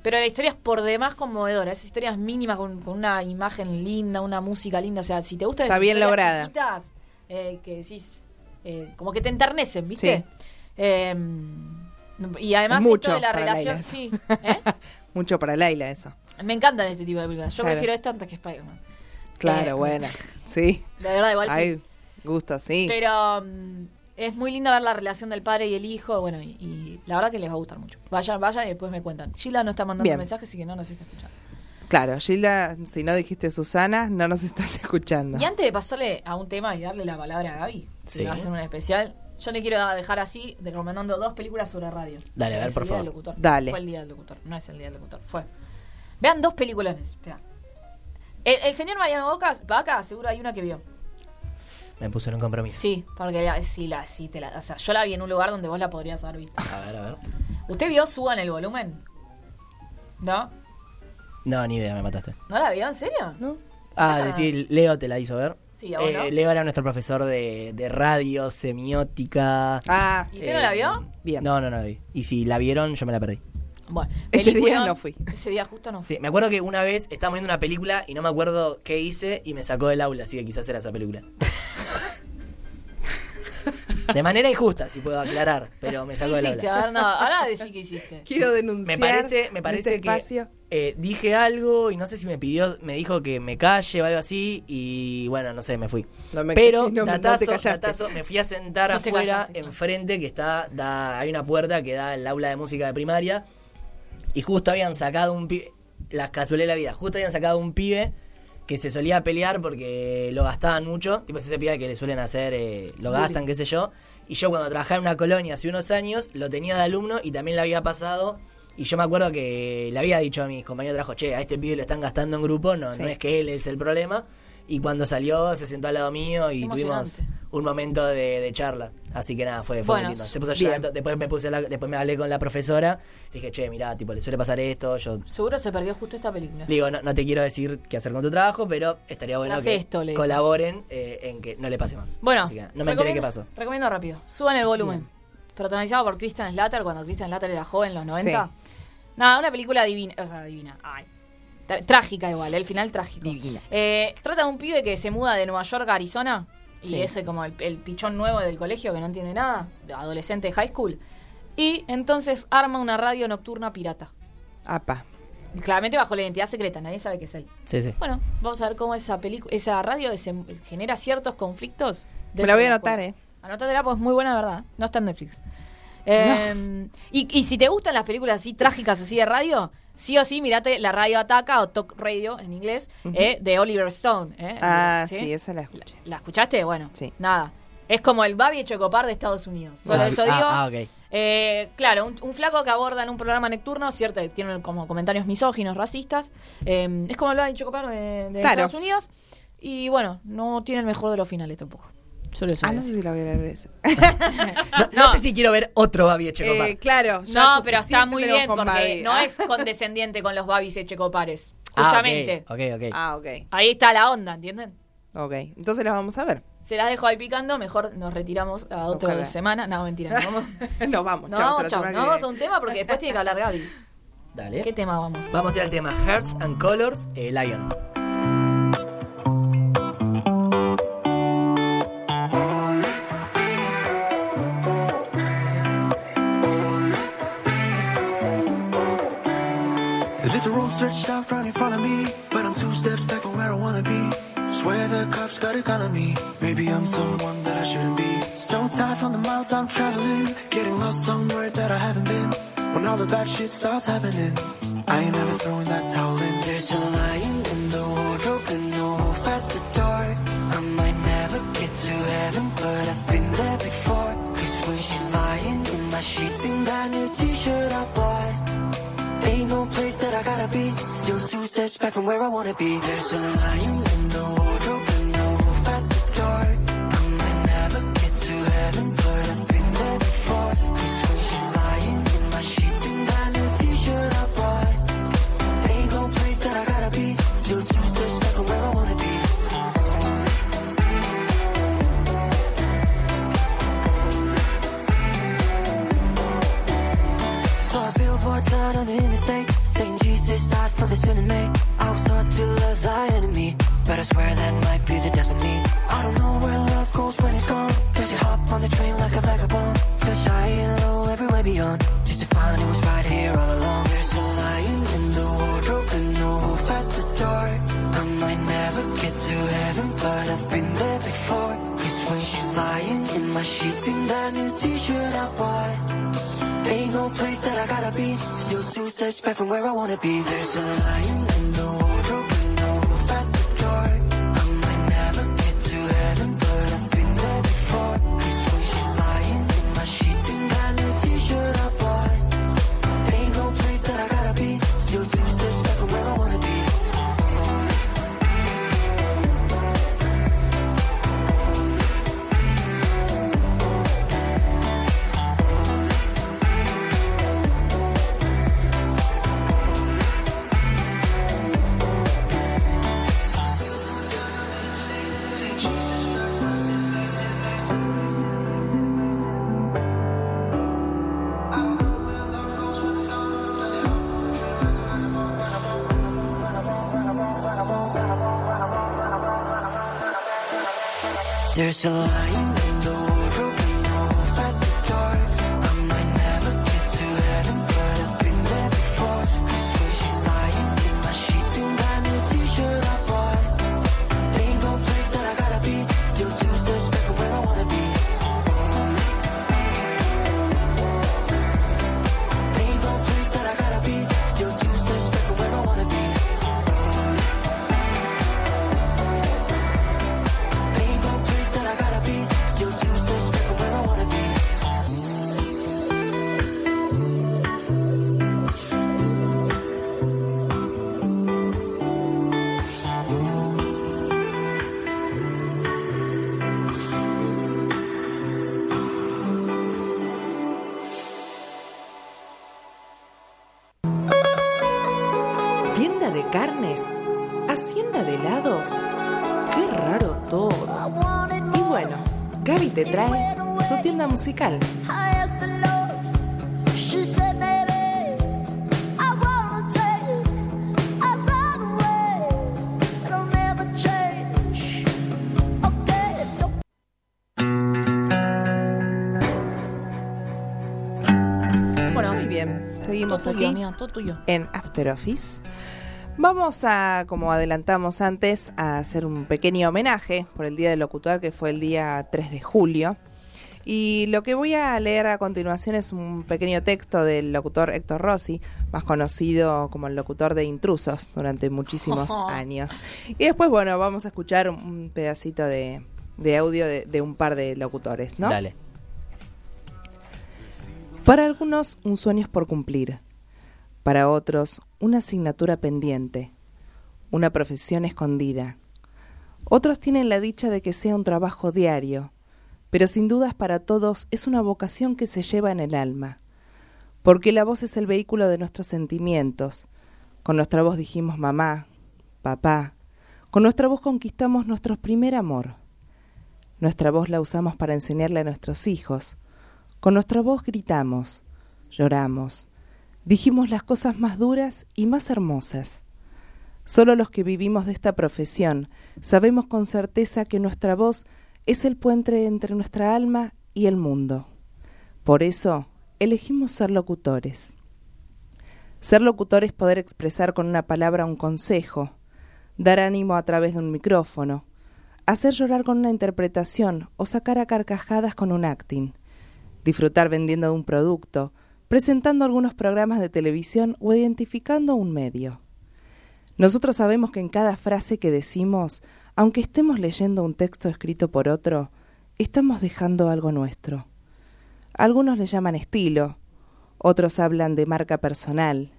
S2: pero la historia es por demás conmovedora. Esa historia es mínima, con, con una imagen linda, una música linda. O sea, si te gustan
S8: Está
S2: esas
S8: bien
S2: historias
S8: lograda.
S2: chiquitas, eh, que decís, eh, como que te enternecen, ¿viste? Eh, y además
S8: Es
S2: esto
S8: mucho
S2: de la
S8: para
S2: relación,
S8: Laila.
S2: sí. ¿eh?
S8: Mucho para Laila eso.
S2: Me encantan este tipo de películas. Yo
S8: Claro.
S2: prefiero esto antes que Spider-Man.
S8: Claro,
S2: Eh,
S8: bueno. Sí.
S2: De verdad, igual sí.
S8: Hay gusto, sí.
S2: Pero mm, es muy lindo ver la relación del padre y el hijo. Bueno, y, y la verdad que les va a gustar mucho. Vayan, vayan y después me cuentan. Sheila no está mandando
S8: Bien.
S2: mensajes, así que no nos está escuchando.
S8: Claro, Gilda, si no dijiste Susana, no nos estás escuchando.
S2: Y antes de pasarle a un tema y darle la palabra a Gaby,
S4: Sí.
S2: que va a hacer un especial, yo le quiero dejar así, recomendando dos películas sobre radio.
S4: Dale, a ver,
S2: Es
S4: por
S2: el día
S4: favor.
S2: del locutor.
S8: Dale.
S2: Fue el día del locutor, no es el día del locutor, fue. Vean dos películas, espera. El, el señor Mariano Bocas, Vaca, seguro hay una que vio.
S4: Me puso en un compromiso.
S2: Sí, porque la, sí, la, sí, te la, o sea, yo la vi en un lugar donde vos la podrías haber visto.
S4: A ver, a ver.
S2: ¿Usted vio Suban el volumen? ¿No?
S4: No, ni idea, me mataste.
S2: ¿No la vio? ¿En serio? No.
S4: Ah, decir, Leo te la hizo ver. Eh,
S2: Sí, ¿a vos no?
S4: Leo era nuestro profesor de, de radio, semiótica. Eh,
S8: Ah,
S2: ¿Y usted no la vio?
S8: Bien.
S4: No, no, no la vi. Y si la vieron, yo me la perdí.
S2: Bueno,
S8: Ese día
S2: peliculón.
S8: no fui.
S2: Ese día justo no fui.
S4: Sí, me acuerdo que una vez estábamos viendo una película y no me acuerdo qué hice y me sacó del aula, así que quizás era esa película. De manera injusta, si puedo aclarar, pero me
S2: ¿Qué
S4: salgo de la
S2: hiciste? A ver, no, ahora decí que hiciste.
S8: Quiero denunciar.
S4: me parece, me
S8: en
S4: parece
S8: este
S4: que
S8: espacio.
S4: eh, dije algo y no sé si me pidió, me dijo que me calle o algo así y bueno, no sé, me fui.
S8: No me-
S4: Pero,
S8: no me- no te
S4: datazo,
S8: callaste.
S4: datazo, me fui a sentar
S2: No te
S4: afuera,
S2: callaste, no.
S4: enfrente, que está, da, hay una puerta que da el aula de música de primaria y justo habían sacado un pibe, las casuales de la vida, justo habían sacado un pibe que se solía pelear porque lo gastaban mucho, tipo ese pibe que le suelen hacer, eh, lo gastan, qué sé yo, y yo cuando trabajaba en una colonia hace unos años, lo tenía de alumno y también le había pasado, y yo me acuerdo que le había dicho a mis compañeros de trabajo, che, a este pibe lo están gastando en grupo, no,
S8: Sí.
S4: no es que él es el problema, y cuando salió se sentó al lado mío y
S2: Qué
S4: tuvimos
S2: emocionante.
S4: un momento de, de charla, así que nada, fue, fue muy
S2: Bueno,
S4: lindo. Se puso a llorar, después me, puse la- después me hablé con la profesora, le dije, che, mirá, tipo, le suele pasar esto, yo
S2: Seguro se perdió justo esta película.
S4: le Digo, no, no te quiero decir qué hacer con tu trabajo, pero estaría bueno
S2: Haz
S4: que
S2: esto, le digo.
S4: colaboren eh, en que no le pase más.
S2: Bueno,
S4: Así que no me enteré qué pasó.
S2: Recomiendo rápido. Suban el volumen. Protagonizado por Christian Slater cuando Christian Slater era joven, en los 90. Nada, una película divina. O sea, divina. Ay. Tra- Trágica igual, el final trágico.
S8: Divina.
S2: Eh, trata de un pibe que se muda de Nueva York a Arizona y
S4: Sí.
S2: es eh, como el, el pichón nuevo del colegio que no entiende nada, de adolescente de high school. Y entonces arma una radio nocturna pirata.
S8: Apa.
S2: Claramente bajo la identidad secreta, nadie sabe que es él.
S4: Sí, sí.
S2: Bueno, vamos a ver cómo esa película, esa radio desem- genera ciertos conflictos.
S8: Me la voy a
S2: dentro de
S8: anotar,
S2: cual.
S8: eh.
S2: Anótatela, pues muy buena, ¿verdad? No está en Netflix. Eh, y, y si te gustan las películas así trágicas, así de radio, sí o sí, mirate La Radio Ataca o Talk Radio en inglés, eh, de Oliver Stone. eh,
S8: Ah, sí, esa la
S2: La,
S8: escuché.
S2: la escuchaste? Bueno,
S8: Sí.
S2: nada. Es como el Babi Chocopar de Estados Unidos. Solo
S4: Ah,
S2: eso
S4: ah,
S2: digo.
S4: ah, ok.
S2: Eh, claro, un, un flaco que aborda en un programa nocturno, cierto, que tiene como comentarios misóginos, racistas. Eh, es como el Babi Chocopar de, de
S8: Claro.
S2: Estados Unidos. Y bueno, no tiene el mejor de los finales tampoco. Solo eso.
S8: Ah,
S2: voy a
S8: no sé si la voy a ver esa.
S4: No, no sé si quiero ver otro Babi Echecopar.
S8: Eh, claro. ya
S2: No, pero
S8: suficiente
S2: está muy
S8: tenemos Ah.
S2: bien
S8: con
S2: porque
S8: Babi.
S2: no es condescendiente con los babis checopares.
S4: Ah, ok,
S2: Justamente.
S4: ok, ok.
S8: Ah, ok.
S2: Ahí está la onda, ¿entienden?
S8: Ok. Entonces las vamos a ver.
S2: Se las dejo ahí picando, mejor nos retiramos a otra
S8: Ojalá.
S2: semana. No, mentira, no vamos.
S8: Nos vamos.
S2: No,
S8: chao, hasta
S2: vamos,
S8: la
S2: chao,
S8: semana
S2: no
S8: que
S2: vamos a
S8: viene.
S2: un tema porque después tiene que hablar Gaby.
S4: Dale.
S2: ¿Qué tema vamos?
S4: Vamos a ir al tema Hearts and Colors, eh, Lion.
S9: There's a road stretched out right in front of me, but I'm two steps back from where I wanna be. Swear the cops got a gun on me. Maybe I'm someone that I shouldn't be. So tired from the miles I'm traveling, getting lost somewhere that I haven't been. When all the bad shit starts happening, I ain't never throwing that towel in. There's a lion in the wardrobe and a wolf at the door. I might never get to heaven, but I've been there before. Cause when she's lying in my sheets in that new t-shirt I bought. Ain't no place that I gotta be. Still two steps back from where I wanna be. There's a lion in the wardrobe and a wolf at the door. I might never get to heaven, but I've been there before. 'Cause when she's lying in my sheets in that new t-shirt I bought. Ain't no place that I gotta be. Still two steps back from where I wanna be. Saw a billboard sign on the interstate saying Jesus died for the sin of me. I was taught to love thy enemy, but I swear that might be the death of me. I don't know where love goes when it's gone. Does it hop on the train like a vagabond? So shy and low everywhere beyond, just to find it was right here all along. There's a lion in the wardrobe and a wolf at the door. I might never get to heaven, but I've been there before. 'Cause when she's lying in my sheets in that new t-shirt I bought. Ain't no place that I gotta be. Still two steps back from where I wanna be. There's a lion in the wardrobe and a wolf at the door. I might never get to heaven, but I've been there before. 'Cause when she's lying in my sheets in that new t-shirt I bought. Ain't no place that I gotta be. Still two steps back from where I wanna be. There's a lion in the wardrobe and a
S10: tienda de carnes, hacienda de helados. Qué raro todo. Y bueno, Gaby te trae su tienda musical.
S9: Bueno,
S3: Muy bien, seguimos
S9: todo tuyo,
S3: aquí
S9: amiga, todo tuyo.
S3: en After Office. Vamos a, como adelantamos antes, a hacer un pequeño homenaje por el Día del Locutor, que fue el día 3 de julio. Y lo que voy a leer a continuación es un pequeño texto del locutor Héctor Rossi, más conocido como el locutor de intrusos durante muchísimos años. Y después, bueno, vamos a escuchar un pedacito de, de audio de, de un par de locutores, ¿no?
S4: Dale.
S3: Para algunos, un sueño es por cumplir. Para otros, una asignatura pendiente. Una profesión escondida. Otros tienen la dicha de que sea un trabajo diario. Pero sin dudas para todos es una vocación que se lleva en el alma. Porque la voz es el vehículo de nuestros sentimientos. Con nuestra voz dijimos mamá, papá. Con nuestra voz conquistamos nuestro primer amor. Nuestra voz la usamos para enseñarle a nuestros hijos. Con nuestra voz gritamos, lloramos, dijimos las cosas más duras y más hermosas. Solo los que vivimos de esta profesión sabemos con certeza que nuestra voz es el puente entre nuestra alma y el mundo. Por eso, elegimos ser locutores. Ser locutor es poder expresar con una palabra un consejo, dar ánimo a través de un micrófono, hacer llorar con una interpretación o sacar a carcajadas con un acting, disfrutar vendiendo un producto, presentando algunos programas de televisión o identificando un medio. Nosotros sabemos que en cada frase que decimos, aunque estemos leyendo un texto escrito por otro, estamos dejando algo nuestro. Algunos le llaman estilo, otros hablan de marca personal.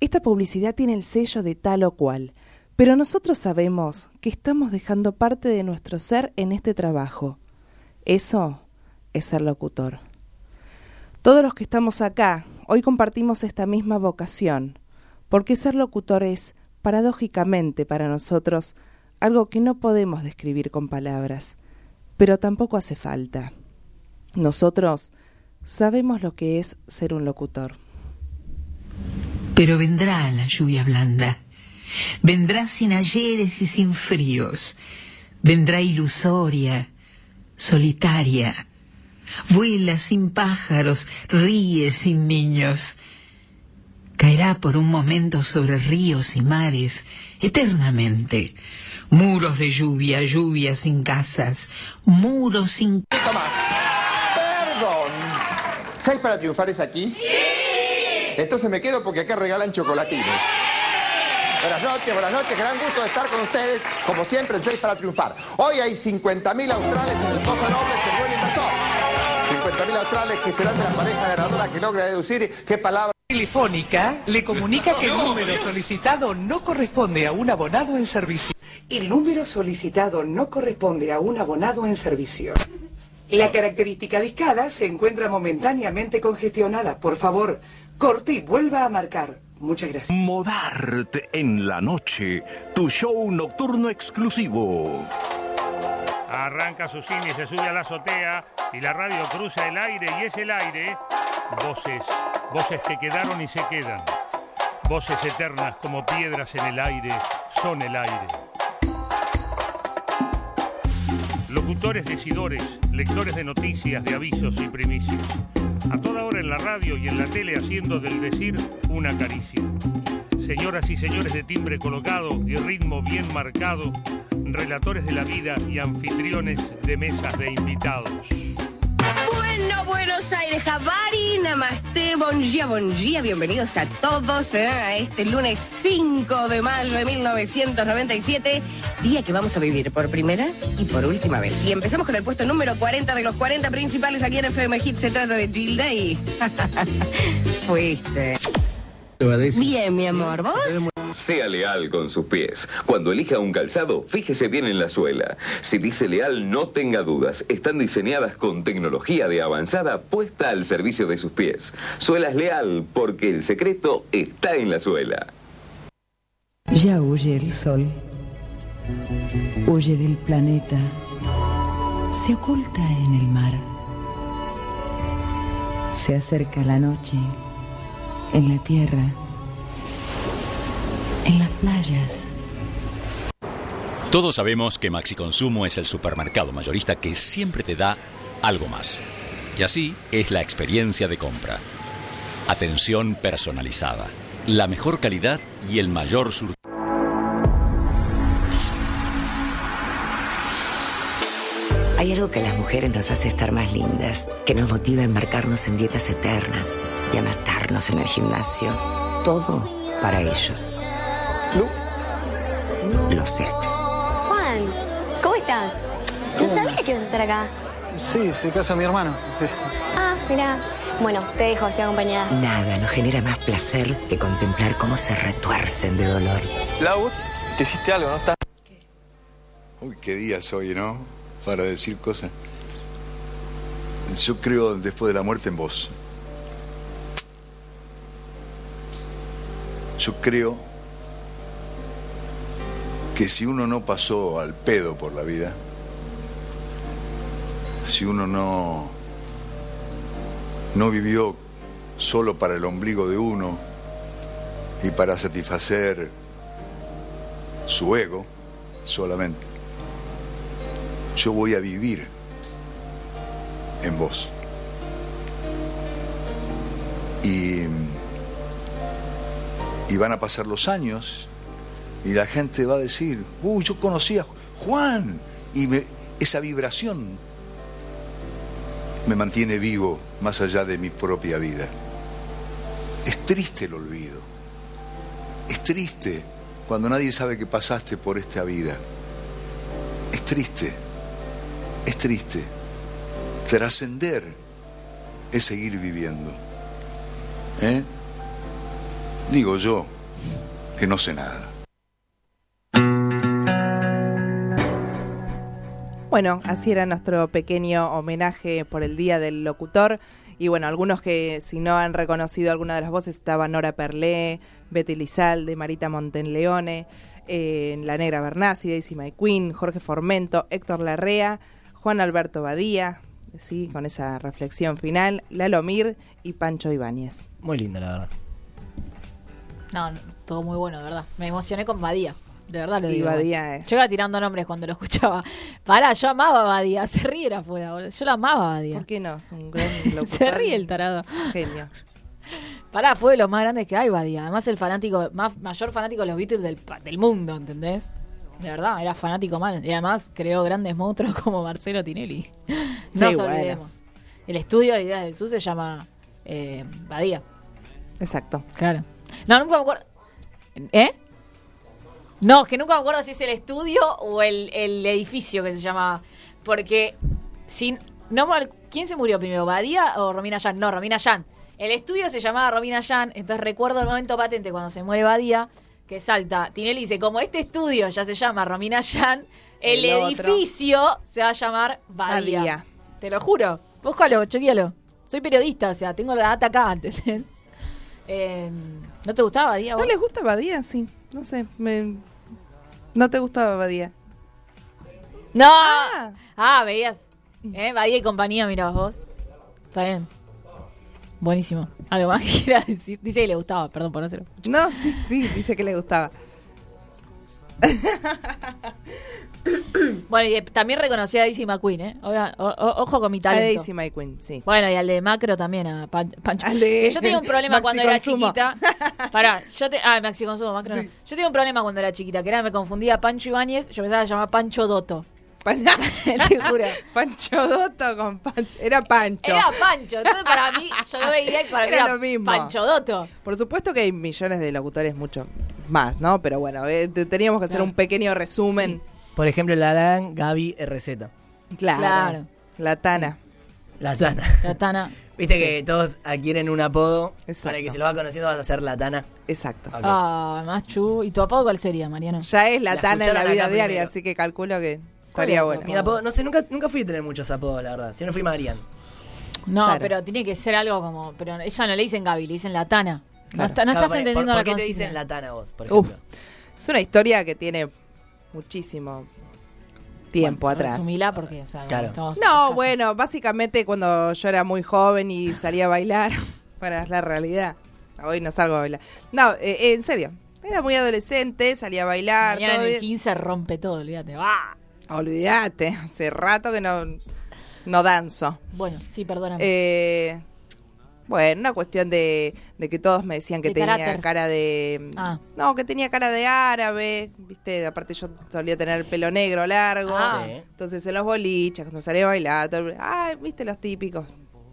S3: Esta publicidad tiene el sello de tal o cual, pero nosotros sabemos que estamos dejando parte de nuestro ser en este trabajo. Eso es ser locutor. Todos los que estamos acá hoy compartimos esta misma vocación, porque ser locutor es, paradójicamente para nosotros, algo que no podemos describir con palabras, pero tampoco hace falta. Nosotros sabemos lo que es ser un locutor.
S8: Pero vendrá la lluvia blanda. Vendrá sin ayeres y sin fríos. Vendrá ilusoria, solitaria. Vuela sin pájaros, ríe sin niños. Caerá por un momento sobre ríos y mares, eternamente. Muros de lluvia, lluvia sin casas, muros sin...
S11: Toma. Perdón. ¿Seis para triunfar es aquí? Entonces me quedo porque acá regalan chocolatines. Buenas noches, buenas noches. Gran gusto de estar con ustedes, como siempre, en Seis para triunfar. Hoy hay 50.000 australes en el Cosa Noble del Buen Inversor. 50.000 australes que serán de la pareja ganadora que logra deducir qué palabra...
S12: telefónica le comunica que el número solicitado no corresponde a un abonado en servicio.
S13: El número solicitado no corresponde a un abonado en servicio. La característica discada se encuentra momentáneamente congestionada. Por favor, corte y vuelva a marcar. Muchas gracias.
S14: Modart en la noche, tu show nocturno exclusivo.
S12: Arranca su cine, se sube a la azotea y la radio cruza el aire y es el aire. Voces, voces que quedaron y se quedan. Voces eternas como piedras en el aire, son el aire. Locutores decidores, lectores de noticias, de avisos y primicias. A toda hora en la radio y en la tele haciendo del decir una caricia. Señoras y señores de timbre colocado y ritmo bien marcado, relatores de la vida y anfitriones de mesas de invitados.
S8: Bueno, Buenos Aires, Javari, Namaste, bon día, bon día, bienvenidos a todos eh, a este lunes 5 de mayo de 1997, día que vamos a vivir por primera y por última vez. Y empezamos con el puesto número 40 de los 40 principales aquí en FM Hit, se trata de Gilda y... Fuiste. Bien, mi amor, ¿vos?
S14: Sea leal con sus pies. Cuando elija un calzado, fíjese bien en la suela. Si dice leal, no tenga dudas. Están diseñadas con tecnología de avanzada puesta al servicio de sus pies. Suelas leal, porque el secreto está en la suela.
S15: Ya huye el sol, huye del planeta, se oculta en el mar, se acerca la noche, en la tierra, en las playas.
S16: Todos sabemos que Maxi Consumo es el supermercado mayorista que siempre te da algo más. Y así es la experiencia de compra. Atención personalizada, la mejor calidad y el mayor surtido.
S17: Hay algo que a las mujeres nos hace estar más lindas, que nos motiva a embarcarnos en dietas eternas y a matarnos en el gimnasio. Todo para ellos. Los ex.
S18: Juan, ¿cómo estás? No
S19: ¿Cómo
S18: sabía
S19: andas?
S18: que ibas a estar acá.
S19: Sí, se casa mi hermano.
S18: Ah, mira. Bueno, te dejo, estoy acompañada.
S17: Nada nos genera más placer que contemplar cómo se retuercen de dolor.
S20: Lau, te hiciste algo, ¿no estás? Uy, qué días hoy, ¿no? Para decir cosas. Yo creo después de la muerte en vos. Yo creo que si uno no pasó al pedo por la vida, si uno no no vivió solo para el ombligo de uno y para satisfacer su ego solamente. Yo voy a vivir en vos. Y, y van a pasar los años y la gente va a decir, uy, yo conocía a Juan. Y me- esa vibración me mantiene vivo más allá de mi propia vida. Es triste el olvido. Es triste cuando nadie sabe que pasaste por esta vida. Es triste. Es triste. Trascender es seguir viviendo. ¿Eh? Digo yo que no sé nada.
S3: Bueno, así era nuestro pequeño homenaje por el Día del Locutor. Y bueno, algunos que si no han reconocido alguna de las voces estaban Nora Perlé, Betty Lizalde, Marita Montenleone, eh, La Negra Bernasi, Daisy McQueen, Jorge Formento, Héctor Larrea, Juan Alberto Badía, sí, con esa reflexión final, Lalo Mir y Pancho Ibáñez.
S4: Muy lindo, la verdad.
S2: No, no, todo muy bueno, de verdad. Me emocioné con Badía. De verdad lo
S3: Y
S2: digo. ¿eh?
S3: Badía es-
S2: Yo iba tirando nombres cuando lo escuchaba. Pará, yo amaba a Badía. Se ríe la afuera, boludo. Yo la amaba a Badía.
S3: ¿Por qué no? Es un gran
S2: Se
S3: locutor.
S2: ríe el tarado.
S3: Genio.
S2: Pará, fue de los más grandes que hay, Badía. Además, el fanático, más, mayor fanático de los Beatles del, pa- del mundo, ¿entendés? De verdad, era fanático mal. Y además creó grandes monstruos como Marcelo Tinelli. No nos
S3: Sí, bueno.
S2: olvidemos. El estudio de ideas del sur se llama eh, Badía.
S3: Exacto.
S2: Claro. No, nunca me acuerdo. ¿Eh? No, es que nunca me acuerdo si es el estudio o el, el edificio que se llamaba. Porque sin. No, me al- ¿Quién se murió primero? ¿Badía o Romina Yan? No, Romina Yan. El estudio se llamaba Romina Yan, entonces recuerdo el momento patente cuando se muere Badía, que salta. Tinelli dice, como este estudio ya se llama Romina Yan, el,
S3: El otro.
S2: edificio se va a llamar Badía.
S3: Badía.
S2: Te lo juro. Búscalo, chequealo. Soy periodista, o sea, tengo la data acá, ¿entendés? Eh, ¿No te gustaba Badía?
S3: ¿No
S2: vos?
S3: les gusta Badía? Sí. No sé. me- No te gustaba Badía.
S2: No. Ah, veías. Eh, Badía y compañía, mirabas vos. Está bien. Buenísimo. Algo más que quiera decir. Dice que le gustaba, perdón por no hacerlo.
S3: No, sí, sí, dice que le gustaba.
S2: Bueno, y eh, también reconocí a Daisy McQueen, ¿eh? Oiga, o- o- ojo con mi
S3: A
S2: talento.
S3: Daisy McQueen, sí.
S2: Bueno, y al de Macro también, a Pan- Pancho.
S3: Al de-
S2: Que yo tenía un problema
S3: Maxi
S2: cuando era
S3: Consumo.
S2: chiquita. Pará, yo te. Ah, Maxi Consumo, Macro. no. Yo tenía un problema cuando era chiquita, que era me confundía Pancho Ibáñez, yo pensaba que se llamaba Pancho Dotto. Te juro.
S3: Pancho Dotto con Pancho. Era Pancho.
S2: Era Pancho, entonces para mí, yo lo veía y para mí
S3: Era
S2: era
S3: lo mismo.
S2: Pancho Dotto.
S3: Por supuesto que hay millones de locutores, mucho más, ¿no? Pero bueno, eh, te- teníamos que hacer un pequeño resumen.
S4: Por ejemplo, la gran Gaby RZ.
S3: Claro.
S4: Claro.
S3: La Tana.
S4: La Tana.
S2: La Tana.
S4: Viste que todos adquieren un apodo. Para
S3: Exacto.
S4: el que se lo va conociendo vas a ser la Tana.
S3: Exacto.
S2: Ah, más chu. ¿Y tu apodo cuál sería, Mariano?
S3: Ya es la,
S4: La
S3: Tana en la
S4: escucharon
S3: vida
S4: acá
S3: diaria,
S4: primero.
S3: así que calculo que estaría bueno.
S4: Mi apodo, no sé, nunca, nunca fui a tener muchos apodos, la verdad. Siempre fui Marian.
S2: No,
S4: Claro.
S2: pero tiene que ser algo como. Pero ella no le dicen Gaby, le dicen la Tana. No, está- no
S4: Claro,
S2: estás
S4: pare-
S2: entendiendo
S4: ¿por,
S2: la
S4: ¿Por qué te
S2: consigna.
S4: dicen la Tana vos, por
S3: Uf.
S4: ejemplo?
S3: Es una historia que tiene muchísimo tiempo
S2: Bueno,
S3: atrás.
S2: resumila porque, o sea,
S3: Claro.
S2: estamos-
S3: No, bueno, básicamente cuando yo era muy joven y salía a bailar, para la realidad. Hoy no salgo a bailar. No, eh, eh, en serio. Era muy adolescente, salía a bailar.
S2: Mañana en
S3: todo
S2: el
S3: bien.
S2: 15 rompe todo, olvídate. ¡Ah!
S3: Olvídate, hace rato que no, no danzo.
S2: Bueno, sí, perdóname.
S3: Eh, bueno, una cuestión de, de que todos me decían que
S2: De
S3: tenía
S2: carácter.
S3: cara de...
S2: Ah.
S3: No, que tenía cara de árabe, viste, aparte yo solía tener pelo negro largo,
S2: Ah. Sí.
S3: entonces en los boliches, cuando salía a bailar, todo el- ay, viste los típicos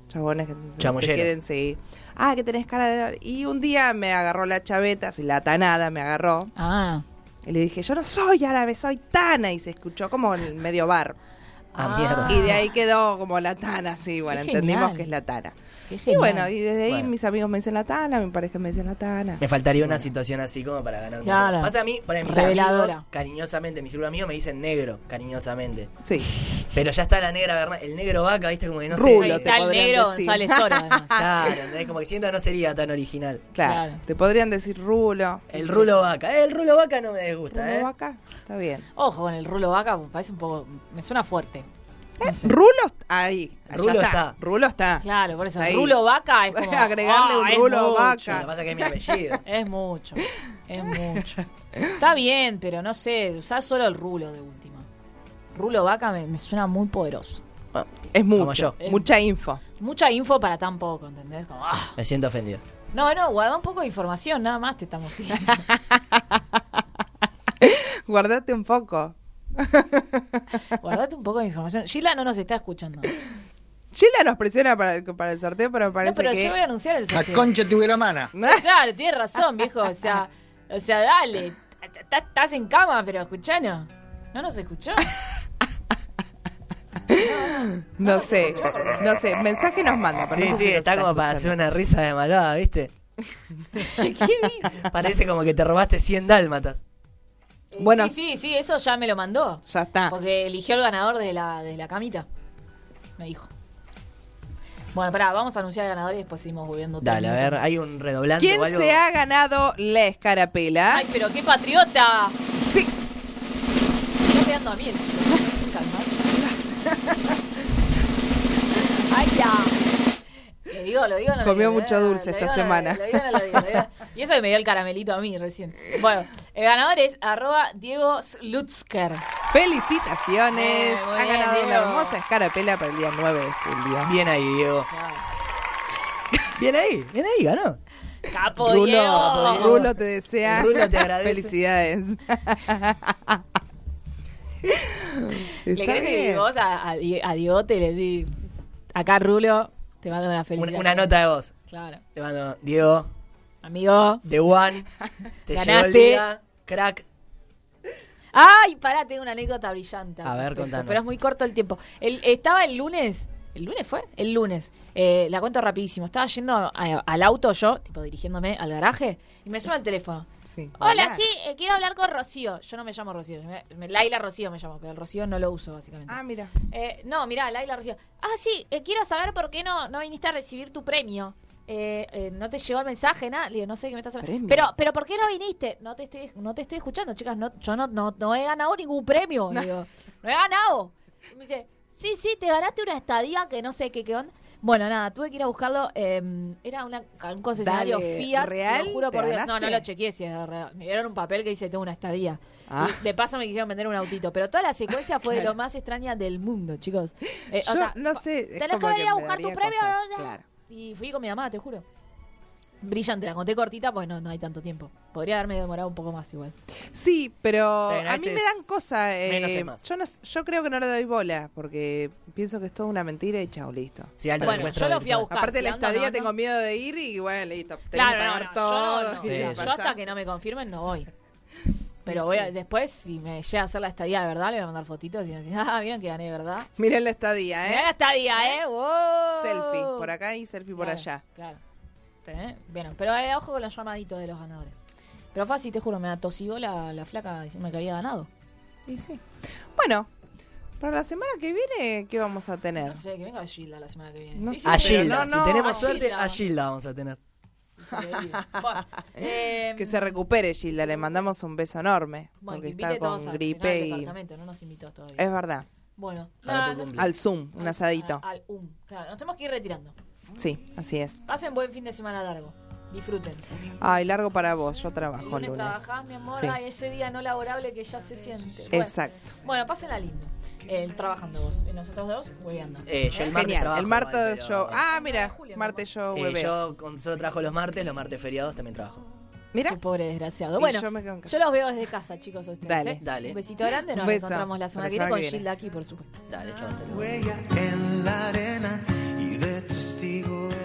S3: chabones que te- te
S4: Chamulleros.
S3: quieren, sí. Ah, que tenés cara de... Y un día me agarró la chaveta, así la tanada me agarró.
S2: Ah.
S3: Y le dije, yo no soy árabe, soy tana, y se escuchó como en el medio bar.
S4: Ah, mierda.
S3: Y de ahí quedó como la tana, sí, bueno,
S4: Qué
S3: entendimos
S4: genial.
S3: que es la tana.
S2: Qué
S3: Y
S4: genial.
S3: bueno, y desde ahí
S4: Bueno.
S3: mis amigos me dicen la tana, mi pareja me dice la tana.
S4: Me faltaría una situación así como para ganar un
S3: Claro.
S4: poco. Pasa a mí, para mis
S3: Reveladora.
S4: amigos, cariñosamente, mi círculo amigo me dicen negro, cariñosamente.
S3: Sí.
S4: Pero ya está la negra, Bernal- el negro vaca, viste, como que no
S3: Rulo,
S4: sé.
S3: te Está el podrían negro decir. González Oro, además.
S4: Claro, ¿entendés? como que siento que no sería tan original.
S3: Claro. Te podrían decir rulo.
S4: El rulo vaca. El rulo vaca no me desgusta,
S3: ¿Rulo
S4: ¿eh?
S3: vaca? Está bien.
S2: Ojo con el rulo vaca, me parece un poco. Me suena fuerte. No sé.
S3: ¿Eh? Rulo está ahí. allá
S4: Rulo está.
S3: Rulo está.
S2: Claro, por eso.
S3: Ahí.
S2: Rulo vaca es como.
S3: Agregarle
S2: ah,
S3: un
S2: es
S3: rulo
S2: mucho.
S3: vaca. Lo que
S4: pasa es que es mi apellido.
S2: Es mucho. Es mucho. Está bien, pero no sé. Usás solo el rulo de última. Rulo vaca me, me suena muy poderoso.
S3: Es mucho.
S4: Como yo.
S3: Mucha info.
S2: Mucha info para tan poco, ¿entendés? Como, ah.
S4: Me siento ofendido.
S2: No, no, guarda un poco de información, nada más te estamos pidiendo.
S3: Guardate un poco.
S2: Guardate un poco de información. Sheila no nos está escuchando.
S3: Sheila nos presiona para el, para el sorteo, pero me parece
S2: no, pero
S3: que...
S2: yo voy a anunciar el sorteo.
S3: tu mana.
S2: Claro, tienes razón, viejo. O sea, o sea dale. Ta- ta- Estás en cama, pero escuchanos. ¿No nos escuchó?
S3: No sé, no sé. Mensaje nos manda. pero
S4: Sí,
S3: no sé
S4: sí,
S3: si nos
S4: está como para hacer
S3: escuchando.
S4: una risa de malvada, ¿viste?
S2: ¿Qué dices?
S4: Parece como que te robaste 100 dálmatas.
S2: Eh, Sí, sí, sí, eso ya me lo mandó.
S3: Ya está.
S2: Porque eligió el ganador de la, de la camita. Me dijo. Bueno, pará, vamos a anunciar al ganador y después seguimos volviendo. tres
S4: Dale, a ver,
S2: minutos.
S4: hay un redoblante
S3: ¿Quién
S4: o algo.
S3: se ha ganado la escarapela?
S2: Ay, pero qué patriota.
S3: Sí.
S2: Está pegando a mí el chico. Calma. Ay, ya. Lo digo, lo digo, no lo
S3: Comió
S2: digo, lo
S3: mucho
S2: digo,
S3: dulce
S2: lo
S3: esta
S2: digo, no lo digo,
S3: semana.
S2: lo digo, no lo digo, lo digo. Y eso que me dio el caramelito a mí recién. Bueno, el ganador es arroba Diego Slutzker.
S3: Felicitaciones.
S2: Eh, muy
S3: ha
S2: bien,
S3: ganado una
S2: Diego.
S3: hermosa escarapela para el día 9 de julio.
S4: Bien ahí, Diego. Bien ahí, bien ahí, ganó.
S2: Capo
S3: Rulo,
S2: Diego.
S3: Rulo te desea
S4: Rulo te agradece.
S3: felicidades.
S2: Le
S3: Está
S2: querés
S3: bien.
S2: decir vos a, a, Die- a Diegote y le decís, acá Rulo, te mando una
S4: Una,
S2: felicidad.
S4: una nota de voz.
S2: Claro.
S4: Te mando, Diego,
S2: Amigo,
S4: The One, te llegó el
S2: Ganaste.
S4: día, crack.
S2: Ay, pará, tengo una anécdota brillante. al
S4: A ver,
S2: respecto,
S4: contanos.
S2: Pero es muy corto el tiempo. El- estaba el lunes. ¿El lunes fue? El lunes. Eh, la cuento rapidísimo. Estaba yendo a- a- al auto yo, tipo dirigiéndome al garaje, y me suena el teléfono. Hola, sí, eh, quiero hablar con Rocío. Yo no me llamo Rocío. yo Me, me- Laila Rocío me llamo, pero el Rocío no lo uso, básicamente.
S3: Ah, mira.
S2: Eh, no, mirá, Laila Rocío. Ah, sí, eh, quiero saber por qué no, no viniste a recibir tu premio. Eh, eh, no te llegó el mensaje, nada. Le digo, no sé qué me estás hablando.
S3: ¿Premio?
S2: Pero, pero ¿por qué no viniste? No te estoy, no te estoy escuchando, chicas. No, yo no, no, no he ganado ningún premio. Le digo, no he ganado. Y me dice, sí, sí, te ganaste una estadía que no sé qué, qué onda. Bueno, nada, tuve que ir a buscarlo. eh, era una, un concesionario
S3: Dale,
S2: Fiat.
S3: ¿real?
S2: Lo juro
S3: ¿Te
S2: por Dios. No, no
S3: ganaste?
S2: lo chequeé si es real. Me dieron un papel que dice, tengo una estadía.
S3: Ah.
S2: Y de paso me quisieron vender un autito. Pero toda la secuencia fue de lo más extraña del mundo, chicos. Eh,
S3: Yo
S2: o sea,
S3: no sé. es
S2: tenés que
S3: como
S2: venir a
S3: me
S2: buscar tu
S3: daría
S2: premio.
S3: cosas,
S2: ¿no?
S3: claro.
S2: Y fui con mi mamá, te juro. Brillante, la conté cortita porque no, no hay tanto tiempo. Podría haberme demorado un poco más igual.
S3: Sí, pero
S2: Bueno,
S3: a mí
S2: ese
S3: me
S2: es
S3: dan cosas.
S2: menos es más.
S3: Yo, no, yo creo que no le doy bola porque pienso que es toda una mentira y chao, listo.
S4: Sí, alto
S2: Bueno,
S4: secuestro
S2: yo lo
S4: virtual.
S2: fui a buscar.
S3: Aparte,
S2: si
S3: la
S2: ando,
S3: estadía
S2: no,
S3: tengo
S2: no.
S3: miedo de ir y bueno, listo. tenés
S2: Claro,
S3: que
S2: no,
S3: pagar
S2: no,
S3: todo.
S2: yo, no,
S3: sí,
S2: no.
S3: ya
S2: Yo
S3: pasa.
S2: hasta que no me confirmen no voy. Pero voy a- después, si me llega a hacer la estadía de verdad, le voy a mandar fotitos y me decís, ah, vieron que gané, ¿verdad?
S3: Miren la estadía, ¿eh?
S2: Mirá la estadía, ¿eh? Wow.
S3: Selfie por acá y selfie por
S2: Claro,
S3: allá.
S2: Claro. ¿Eh? Bueno, pero eh, ojo con los llamaditos de los ganadores. Pero fácil, te juro, me atosigó la, la flaca diciéndome que había ganado.
S3: Y sí. Bueno, para la semana que viene, ¿qué vamos a tener?
S2: No sé, que venga Gilda la semana que viene.
S3: No
S2: Sí,
S3: sé,
S4: A
S3: pero
S4: Gilda,
S3: no, no,
S4: si tenemos
S3: a
S4: suerte,
S2: Gilda.
S4: a Gilda vamos a tener.
S2: sobrevive. Bueno, eh,
S3: que se recupere, Gilda. Le mandamos un beso enorme.
S2: Bueno, que
S3: porque
S2: invite
S3: está
S2: todos
S3: con
S2: al cenar
S3: gripe
S2: al
S3: y.
S2: departamento, no nos invitó todavía.
S3: Es verdad.
S2: Bueno,
S3: A
S2: nada,
S3: tu
S2: nos-
S3: cumple. Ah, Al Zoom, un
S2: al-
S3: asadito.
S2: Al, al um, claro. Nos tenemos que ir retirando.
S3: Sí, así es.
S2: Pasen buen fin de semana largo. Disfruten.
S3: Ay, largo para vos. Yo trabajo el
S2: lunes
S3: lunes.
S2: trabajás, mi amor,
S3: Sí.
S2: ay, ese día no laborable que ya se siente. Bueno,
S3: Exacto.
S2: Bueno, pásenla lindo. Eh, trabajando vos. Eh, Nosotros dos, hueveando.
S4: Eh, yo el martes
S3: Genial.
S4: trabajo,
S3: el martes
S4: vale, pero-
S3: yo. Ah, mira, martes yo
S4: Eh,
S3: hueveo.
S4: yo con- solo trabajo los martes, los martes feriados también trabajo.
S3: Mira.
S2: Qué pobre desgraciado.
S4: Y
S2: Bueno,
S4: yo
S2: yo,
S4: me quedo en casa.
S2: los veo desde casa, chicos, a ustedes.
S4: Dale.
S2: ¿eh?
S4: Dale.
S2: Un besito grande. Nos
S4: Un beso.
S2: encontramos la semana que viene con Gilda aquí, por supuesto.
S4: Dale, chao, hasta luego.
S5: Huella en la arena y de testigo.